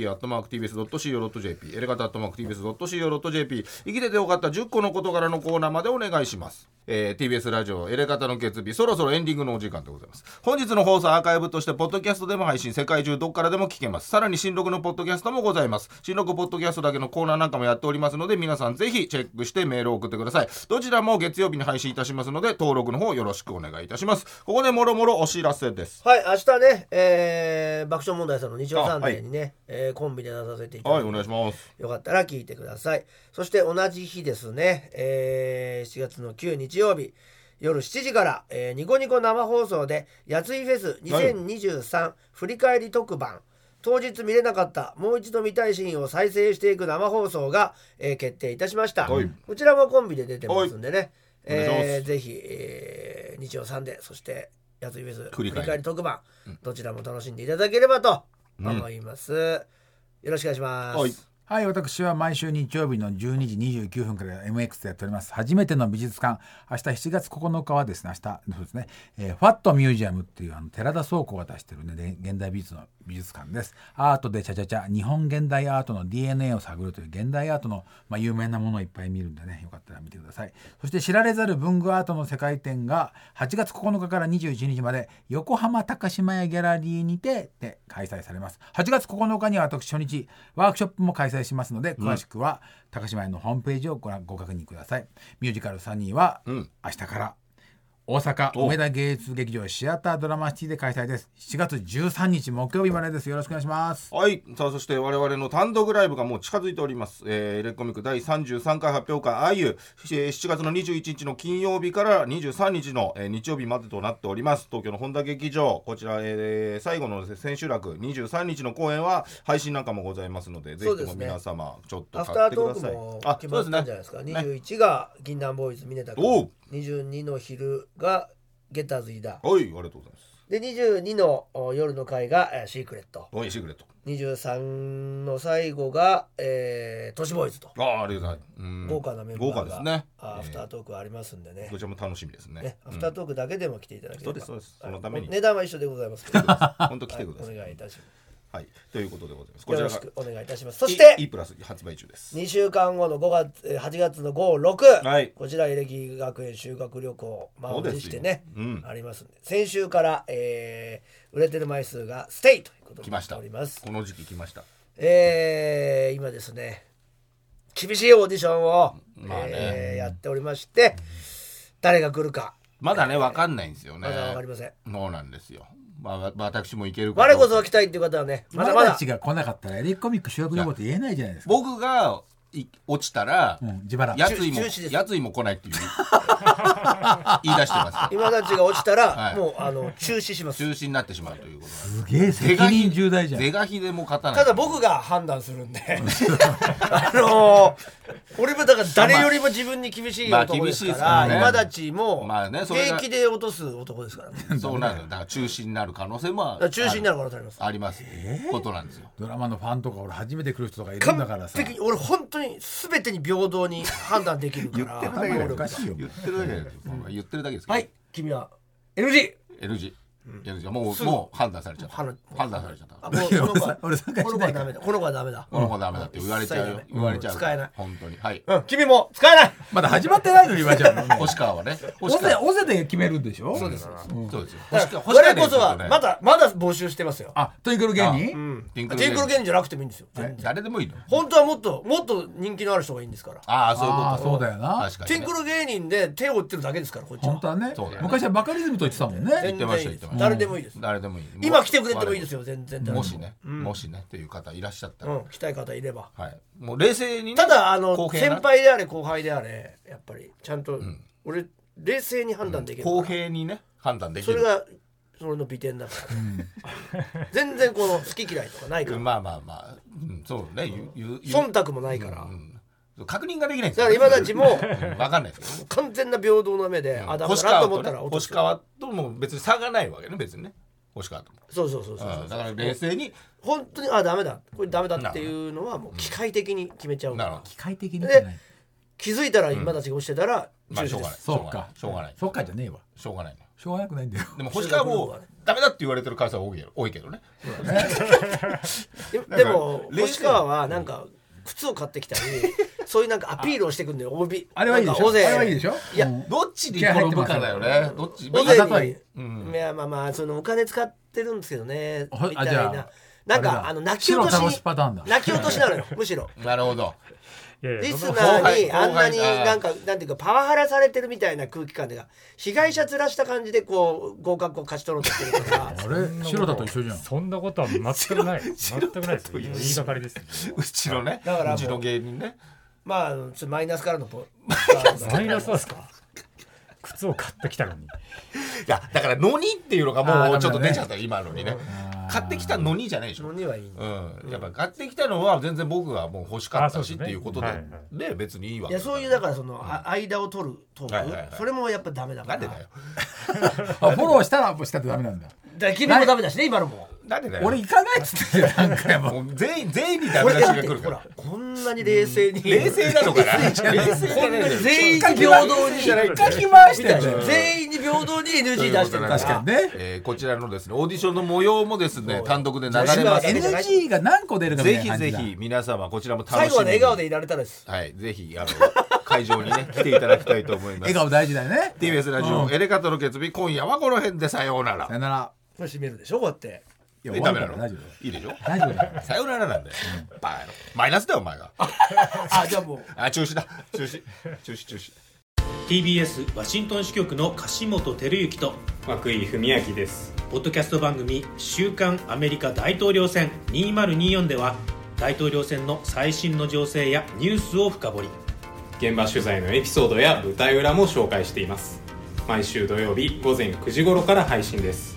Speaker 2: elekt.tbs.co.jp、エレガタ .tbs.co.jp、生きててよかった10個の事柄のコーナーまでお願いします。えー TBS ラジオエレガタの決日そろそろエンディングのお時間でございます本日の放送はアーカイブとしてポッドキャストでも配信世界中どこからでも聞けますさらに新録のポッドキャストもございます新録ポッドキャストだけのコーナーなんかもやっておりますので皆さんぜひチェックしてメールを送ってくださいどちらも月曜日に配信いたしますので登録の方よろしくお願いいたしますここでもろもろお知らせです
Speaker 1: はい、明日ね、えー爆笑問題さんの日曜サンデーにね、えーコンビで出させていただ
Speaker 2: はい
Speaker 1: いて、
Speaker 2: お願いします
Speaker 1: よかったら聞いてください。そして同じ日ですね、えー7月の9日曜日、夜7時から、えーニコニコ生放送で、やついフェス2023振り返り特番、当日見れなかった、もう一度見たいシーンを再生していく生放送が、えー決定いたしました。
Speaker 2: はい
Speaker 1: こちらもコンビで出てますんでね、
Speaker 2: はいお願いします
Speaker 1: えーぜひ、えー日曜サンデー、そして、やついフェス
Speaker 2: 繰
Speaker 1: 振
Speaker 2: り
Speaker 1: り
Speaker 2: 返り
Speaker 1: 返り特番、どちらも楽しんでいただければと思います。よろしくお願いします。
Speaker 2: はい
Speaker 3: はい私は毎週日曜日の12時29分から MX でやっております初めての美術館明日7月9日はですね明日そうですね、えーファットミュージアムっていうあの寺田倉庫が出してるねで現代美術の美術館ですアートでちゃちゃちゃ日本現代アートの DNA を探るという現代アートの、まあ、有名なものをいっぱい見るんでねよかったら見てくださいそして知られざる文具アートの世界展が8月9日から21日まで横浜高島屋ギャラリーにてで開催されます8月9日には私初日ワークショップも開催催しますので詳しくは高島屋のホームページをご覧ご確認くださいミュージカル「サニー」は
Speaker 2: うん
Speaker 3: 明日から大阪
Speaker 2: お
Speaker 3: 梅田芸術劇場シアタードラマシティで開催です7月13日木曜日までですよろしくお願いします
Speaker 2: はいさあそして我々の単独ライブがもう近づいております、えー、レッコミック第33回発表会あゆ、えー7月の21日の金曜日から23日の、えー日曜日までとなっております東京の本田劇場こちら、えー最後の千秋楽23日の公演は配信なんかもございますのでぜ
Speaker 1: そう
Speaker 2: ひ
Speaker 1: で
Speaker 2: と
Speaker 1: す
Speaker 2: も
Speaker 1: ね
Speaker 2: 皆様ちょっと
Speaker 1: アフ
Speaker 2: 買
Speaker 1: タ
Speaker 2: っ
Speaker 1: ートーク
Speaker 2: てください
Speaker 1: も
Speaker 2: あ
Speaker 1: 決
Speaker 2: そ
Speaker 1: ま
Speaker 2: う
Speaker 1: ったんじゃな
Speaker 2: で
Speaker 1: いです
Speaker 2: す
Speaker 1: か
Speaker 2: ね
Speaker 1: 21が銀杏ボーイズ峰田君
Speaker 2: おう
Speaker 1: 22の昼がゲッターズ飯田
Speaker 2: はいありがとうございます
Speaker 1: で22のお夜の会が、えーシークレット
Speaker 2: おいシークレット
Speaker 1: 23の最後が、えー、都市ボーイズと
Speaker 2: ああありがとうございますうん
Speaker 1: 豪華なメンバーが
Speaker 2: 豪華ですね
Speaker 1: あーアフター
Speaker 2: え
Speaker 1: トークはありますんでね
Speaker 2: ーどちらも楽しみですね
Speaker 1: ね
Speaker 2: う
Speaker 1: ア
Speaker 2: ん
Speaker 1: フタートークだけでも来ていただければ、
Speaker 2: そうですそうですそのために
Speaker 1: はい値段は一緒でございますけどは
Speaker 2: 本当来てください
Speaker 1: お願いいたしま
Speaker 2: はい、ということでございます。
Speaker 1: すよろ
Speaker 2: が
Speaker 1: しくお願いいたしますそし
Speaker 2: いい
Speaker 1: て
Speaker 2: プラス発売中です。
Speaker 1: 2週間後の5月えー8月の56、
Speaker 2: はい
Speaker 1: こちらエレキ学園修学旅行満を持してね、
Speaker 2: そうですようん
Speaker 1: ありますんで先週から、えー売れてる枚数がステイということ
Speaker 2: 来
Speaker 1: に
Speaker 2: ま
Speaker 1: な
Speaker 2: し
Speaker 1: って
Speaker 2: た。
Speaker 1: お
Speaker 2: こ
Speaker 1: ります
Speaker 2: の時期来ました。
Speaker 1: えー今ですね厳しいオーディションを、
Speaker 2: まあね
Speaker 1: えーやっておりまして誰が来るか
Speaker 2: まだね、わかんないんですよね。
Speaker 1: まだわかりません
Speaker 2: そうなんですよ。まあ、わ私も行けるか
Speaker 1: 我
Speaker 2: どうか
Speaker 1: こそは来たいっていう方はねまだま
Speaker 3: 俺
Speaker 1: だ
Speaker 3: たちが来なかったらエレキコミック主役のこと言えないじゃないですか、
Speaker 2: 僕がい落ちたら
Speaker 3: う、ん、自腹
Speaker 2: やつい
Speaker 1: 中
Speaker 2: も
Speaker 1: 中止で、す
Speaker 2: やついも来ない っていう。言い出してますから。
Speaker 1: 今たちが落ちたら、
Speaker 2: はい
Speaker 1: もうあの中止します
Speaker 2: 中止になってしまうということなんです。
Speaker 3: すげえ責任重大じゃん
Speaker 2: 是が非でも勝たない。
Speaker 1: ただ僕が判断するん であのー俺もだから誰よりも自分に厳しい
Speaker 2: まあ
Speaker 1: 男ですから、
Speaker 2: まあ厳しいですから
Speaker 1: 今
Speaker 2: ね
Speaker 1: たちも
Speaker 2: まあねそれが
Speaker 1: 平気で落とす男ですからねだか
Speaker 2: そうなのよ。だから中止になる可能性もあ
Speaker 1: ら
Speaker 2: る。
Speaker 1: 中止になる可能性あります
Speaker 2: あります。ことなんですよ。
Speaker 3: ドラマのファンとか俺初めて来る人とかいるんだから
Speaker 1: 完
Speaker 3: さ
Speaker 1: 璧に俺本当に全てに平等に判断できるから
Speaker 3: 頭がおかしいよ
Speaker 2: 言ってるだけです。言ってるだけですけど。
Speaker 1: はい君は NG
Speaker 2: L 字。L 字はも
Speaker 1: す
Speaker 2: う、
Speaker 1: ぐ
Speaker 2: もう判断されちゃった。
Speaker 1: 判
Speaker 2: 判断されちゃったから。
Speaker 1: あもう
Speaker 3: いや
Speaker 1: この子は
Speaker 3: 俺さ俺参加
Speaker 1: この子
Speaker 3: しな
Speaker 1: はい
Speaker 3: か
Speaker 1: ダ
Speaker 3: ら
Speaker 1: メだこの子はダメだ
Speaker 2: この子ダメだって言われちゃう
Speaker 1: 一。切ダ
Speaker 2: よ
Speaker 1: メ
Speaker 2: 言われちゃう。
Speaker 1: 使えない
Speaker 2: 本当に。はい。
Speaker 1: うん君も使えない
Speaker 3: まだ始まってないのに今 ちゃんもね
Speaker 2: 星川はね。
Speaker 3: 尾
Speaker 2: 星
Speaker 3: 瀬
Speaker 2: 川。
Speaker 3: 尾瀬で決めるんでしょそうです
Speaker 2: そうですよ。
Speaker 1: だ
Speaker 2: 星
Speaker 1: から
Speaker 2: 川。
Speaker 1: 我
Speaker 2: 星川
Speaker 1: 々こそはまだまだ募集してますよ
Speaker 3: あトゥインクル芸人
Speaker 1: うん
Speaker 2: テ
Speaker 1: ティ
Speaker 2: ィン
Speaker 1: ン
Speaker 2: ク
Speaker 1: ク
Speaker 2: ル
Speaker 1: ル
Speaker 2: 芸
Speaker 1: 芸
Speaker 2: 人
Speaker 1: 人じゃなくてもいいんですよ
Speaker 2: ね誰でもいいの。
Speaker 1: 本当はもっともっと人気のある人がいいんですから
Speaker 2: ああ、そういうこと。
Speaker 3: あーそうだよな
Speaker 2: 確かに
Speaker 1: テ
Speaker 2: ね。
Speaker 1: ィンクル芸人で手を打ってるだけですからこっち
Speaker 3: 本当は
Speaker 1: は
Speaker 3: ね
Speaker 2: そうだよね
Speaker 3: 昔はバカリズムと言ってたもんね
Speaker 1: 全然いいで
Speaker 2: 言って
Speaker 1: す
Speaker 2: ました
Speaker 1: 誰でもいいです
Speaker 2: 誰でもいい。
Speaker 1: 今来てくれてもいいです
Speaker 2: よ。
Speaker 1: よ全然
Speaker 2: もしね、もしね、という方いらっしゃった
Speaker 1: う
Speaker 2: ら。
Speaker 1: ん来たい方いれば
Speaker 2: はい。もう冷静にね。
Speaker 1: ただあの
Speaker 2: 公平
Speaker 1: 先
Speaker 2: な
Speaker 1: 輩であれ後輩であれやっぱりちゃんと俺冷静に判断できるから
Speaker 2: 公平にね、判断でき
Speaker 1: そ
Speaker 2: る。
Speaker 1: れがそれの美点だから 全然この好き嫌いとかないから
Speaker 2: まあまあまあ、うんそうね、言う言う言う
Speaker 1: 忖度もないから
Speaker 2: うん確認ができないんです
Speaker 1: だから今たちも
Speaker 2: うんわかんないですけどね。
Speaker 1: 完全な平等な目であだめ
Speaker 2: 星
Speaker 1: だなと
Speaker 2: 川
Speaker 1: 思
Speaker 2: と思
Speaker 1: ったら落と
Speaker 2: 星
Speaker 1: す
Speaker 2: 川とも別に差がないわけね別にね星川とも
Speaker 1: そうそうそうそう
Speaker 2: うんだから冷静に
Speaker 1: 本当にあダメだこれダメだっていうのはもう機械的に決めちゃうか
Speaker 2: なるほ
Speaker 1: ら
Speaker 2: ど
Speaker 3: 機械的にじゃない
Speaker 1: 気づいたら今たちが落ちてたら
Speaker 2: ま
Speaker 1: 中
Speaker 2: あしょ
Speaker 1: 止で
Speaker 2: うがない
Speaker 1: す
Speaker 2: しょう
Speaker 3: そ
Speaker 2: が
Speaker 3: っ
Speaker 2: ない
Speaker 3: か
Speaker 2: しょうがない
Speaker 3: そっかじゃねえわ
Speaker 2: しょうがないね
Speaker 3: しょうがなくないんだよ
Speaker 2: でも星川
Speaker 1: しょうが
Speaker 2: も
Speaker 1: ない
Speaker 2: ダメだって言われてる回数は多いやろ多いけどね
Speaker 1: ででも
Speaker 2: 冷静
Speaker 1: 星川はなんか靴を買ってきたりそういうなんかアピールをしてくんだよ OB
Speaker 3: あれはいいでしょ
Speaker 1: なんか尾瀬
Speaker 3: あれはいいでしょ
Speaker 1: いや
Speaker 3: うん
Speaker 2: どっちに転ぶかだよねどっち
Speaker 1: 尾
Speaker 3: あざと
Speaker 1: 瀬
Speaker 3: い
Speaker 1: に、いやまあまあそのお金使ってるんですけどね
Speaker 3: あ
Speaker 1: みたい
Speaker 3: じゃ
Speaker 1: な
Speaker 3: あ
Speaker 1: なん
Speaker 3: あ
Speaker 1: か
Speaker 3: れだ
Speaker 1: あの泣き落と
Speaker 3: 白
Speaker 1: し
Speaker 3: 倒しパターンだ
Speaker 1: 泣き落としな のよむしろ
Speaker 2: なるほど
Speaker 4: いやい
Speaker 1: リ
Speaker 4: や
Speaker 1: ス
Speaker 4: そんな
Speaker 1: ナー
Speaker 2: 後輩後
Speaker 1: に
Speaker 2: 輩
Speaker 1: あんなに
Speaker 2: あー
Speaker 1: なんかなんていうかパワハラされてるみたいな空気感で被害者面した感じでこう合格を勝ち取ろうとしてると か
Speaker 3: あれ白田と一緒じゃん
Speaker 4: そんなことは全くない全くないです言いがかりで す
Speaker 2: うちのね
Speaker 1: だからも
Speaker 2: う
Speaker 1: う
Speaker 2: ちの芸人ね
Speaker 1: まああのちょっとマイナスからの ポ
Speaker 4: マイナスなんですか靴を買ってきたのに
Speaker 2: いやだから「のに」っていうのが
Speaker 3: あー
Speaker 2: もうちょっと
Speaker 3: ダメだね
Speaker 2: 出ちゃった今のにね買ってきた「のに」じゃないでしょ
Speaker 1: のにはいいの
Speaker 2: うん、やっぱ買ってきたのは全然僕はもう欲しかった
Speaker 4: あそ
Speaker 2: しっ
Speaker 4: うですね
Speaker 2: ていうことで
Speaker 4: はいはい
Speaker 2: ね別にいいわ
Speaker 1: い
Speaker 2: け
Speaker 1: や
Speaker 2: だから
Speaker 1: そういうだからその、あ間を取るトーク、
Speaker 2: はいはいはい
Speaker 1: それもやっぱダメだか
Speaker 2: な
Speaker 1: ら
Speaker 2: んでだよ
Speaker 3: あフォローしたらアップしたってダメなんだ
Speaker 1: だから君もダメだしね今のも
Speaker 2: なんでだよ
Speaker 3: 俺行かないっつってたよ何回も
Speaker 2: もう全員全員にダ
Speaker 1: こ
Speaker 2: メ
Speaker 1: れ
Speaker 2: 出し
Speaker 1: だ
Speaker 2: が
Speaker 1: っ
Speaker 2: 来
Speaker 1: て
Speaker 2: るか
Speaker 1: ほ
Speaker 2: ら
Speaker 1: らこんなに冷静に
Speaker 2: 冷静なのかな冷静
Speaker 1: こんなに全員に
Speaker 2: じ
Speaker 1: 平等に
Speaker 2: ゃない
Speaker 3: かき回し
Speaker 1: み
Speaker 3: て
Speaker 1: た
Speaker 3: ん
Speaker 1: い
Speaker 3: じゃん
Speaker 1: な全員に平等に NG 出してるから
Speaker 3: 確かにね
Speaker 2: えーこちらのですねオーディションの模様もですね単独で流れ
Speaker 1: 女子
Speaker 2: ま
Speaker 1: は
Speaker 2: す
Speaker 1: ね
Speaker 3: NG が何個出るかみ
Speaker 2: ぜ
Speaker 3: たいな
Speaker 2: ひ
Speaker 3: 感
Speaker 2: ぜ
Speaker 3: じだ
Speaker 2: ひ皆様こちらも楽しみ
Speaker 1: 最
Speaker 2: に
Speaker 1: 後まで笑顔でいられたらです
Speaker 2: はいぜひあの会場にね来ていただきたいと思います
Speaker 3: 笑顔大事だよね
Speaker 2: TBS ラジ
Speaker 3: う
Speaker 2: オ
Speaker 3: ん
Speaker 2: エレカタの決日今夜はこの辺でさようなら
Speaker 3: さよなら
Speaker 1: これ閉めるでしょこうやって
Speaker 3: いや
Speaker 2: で
Speaker 3: 終
Speaker 2: ダ
Speaker 3: わ
Speaker 2: メ
Speaker 3: る
Speaker 2: なの
Speaker 3: から大丈
Speaker 2: いいでしょ
Speaker 3: 夫大丈夫だから
Speaker 2: さよならなんだよ、バカ野郎マイナスだよお前が
Speaker 1: あじゃあもう
Speaker 2: あ中止だ中止中止中止
Speaker 5: TBS ワシントン支局の樫本照之と
Speaker 4: 涌井文明です
Speaker 5: ポッドキャスト番組「週刊アメリカ大統領選2024」では大統領選の最新の情勢やニュースを深掘り
Speaker 4: 現場取材のエピソードや舞台裏も紹介しています毎週土曜日午前9時頃から配信です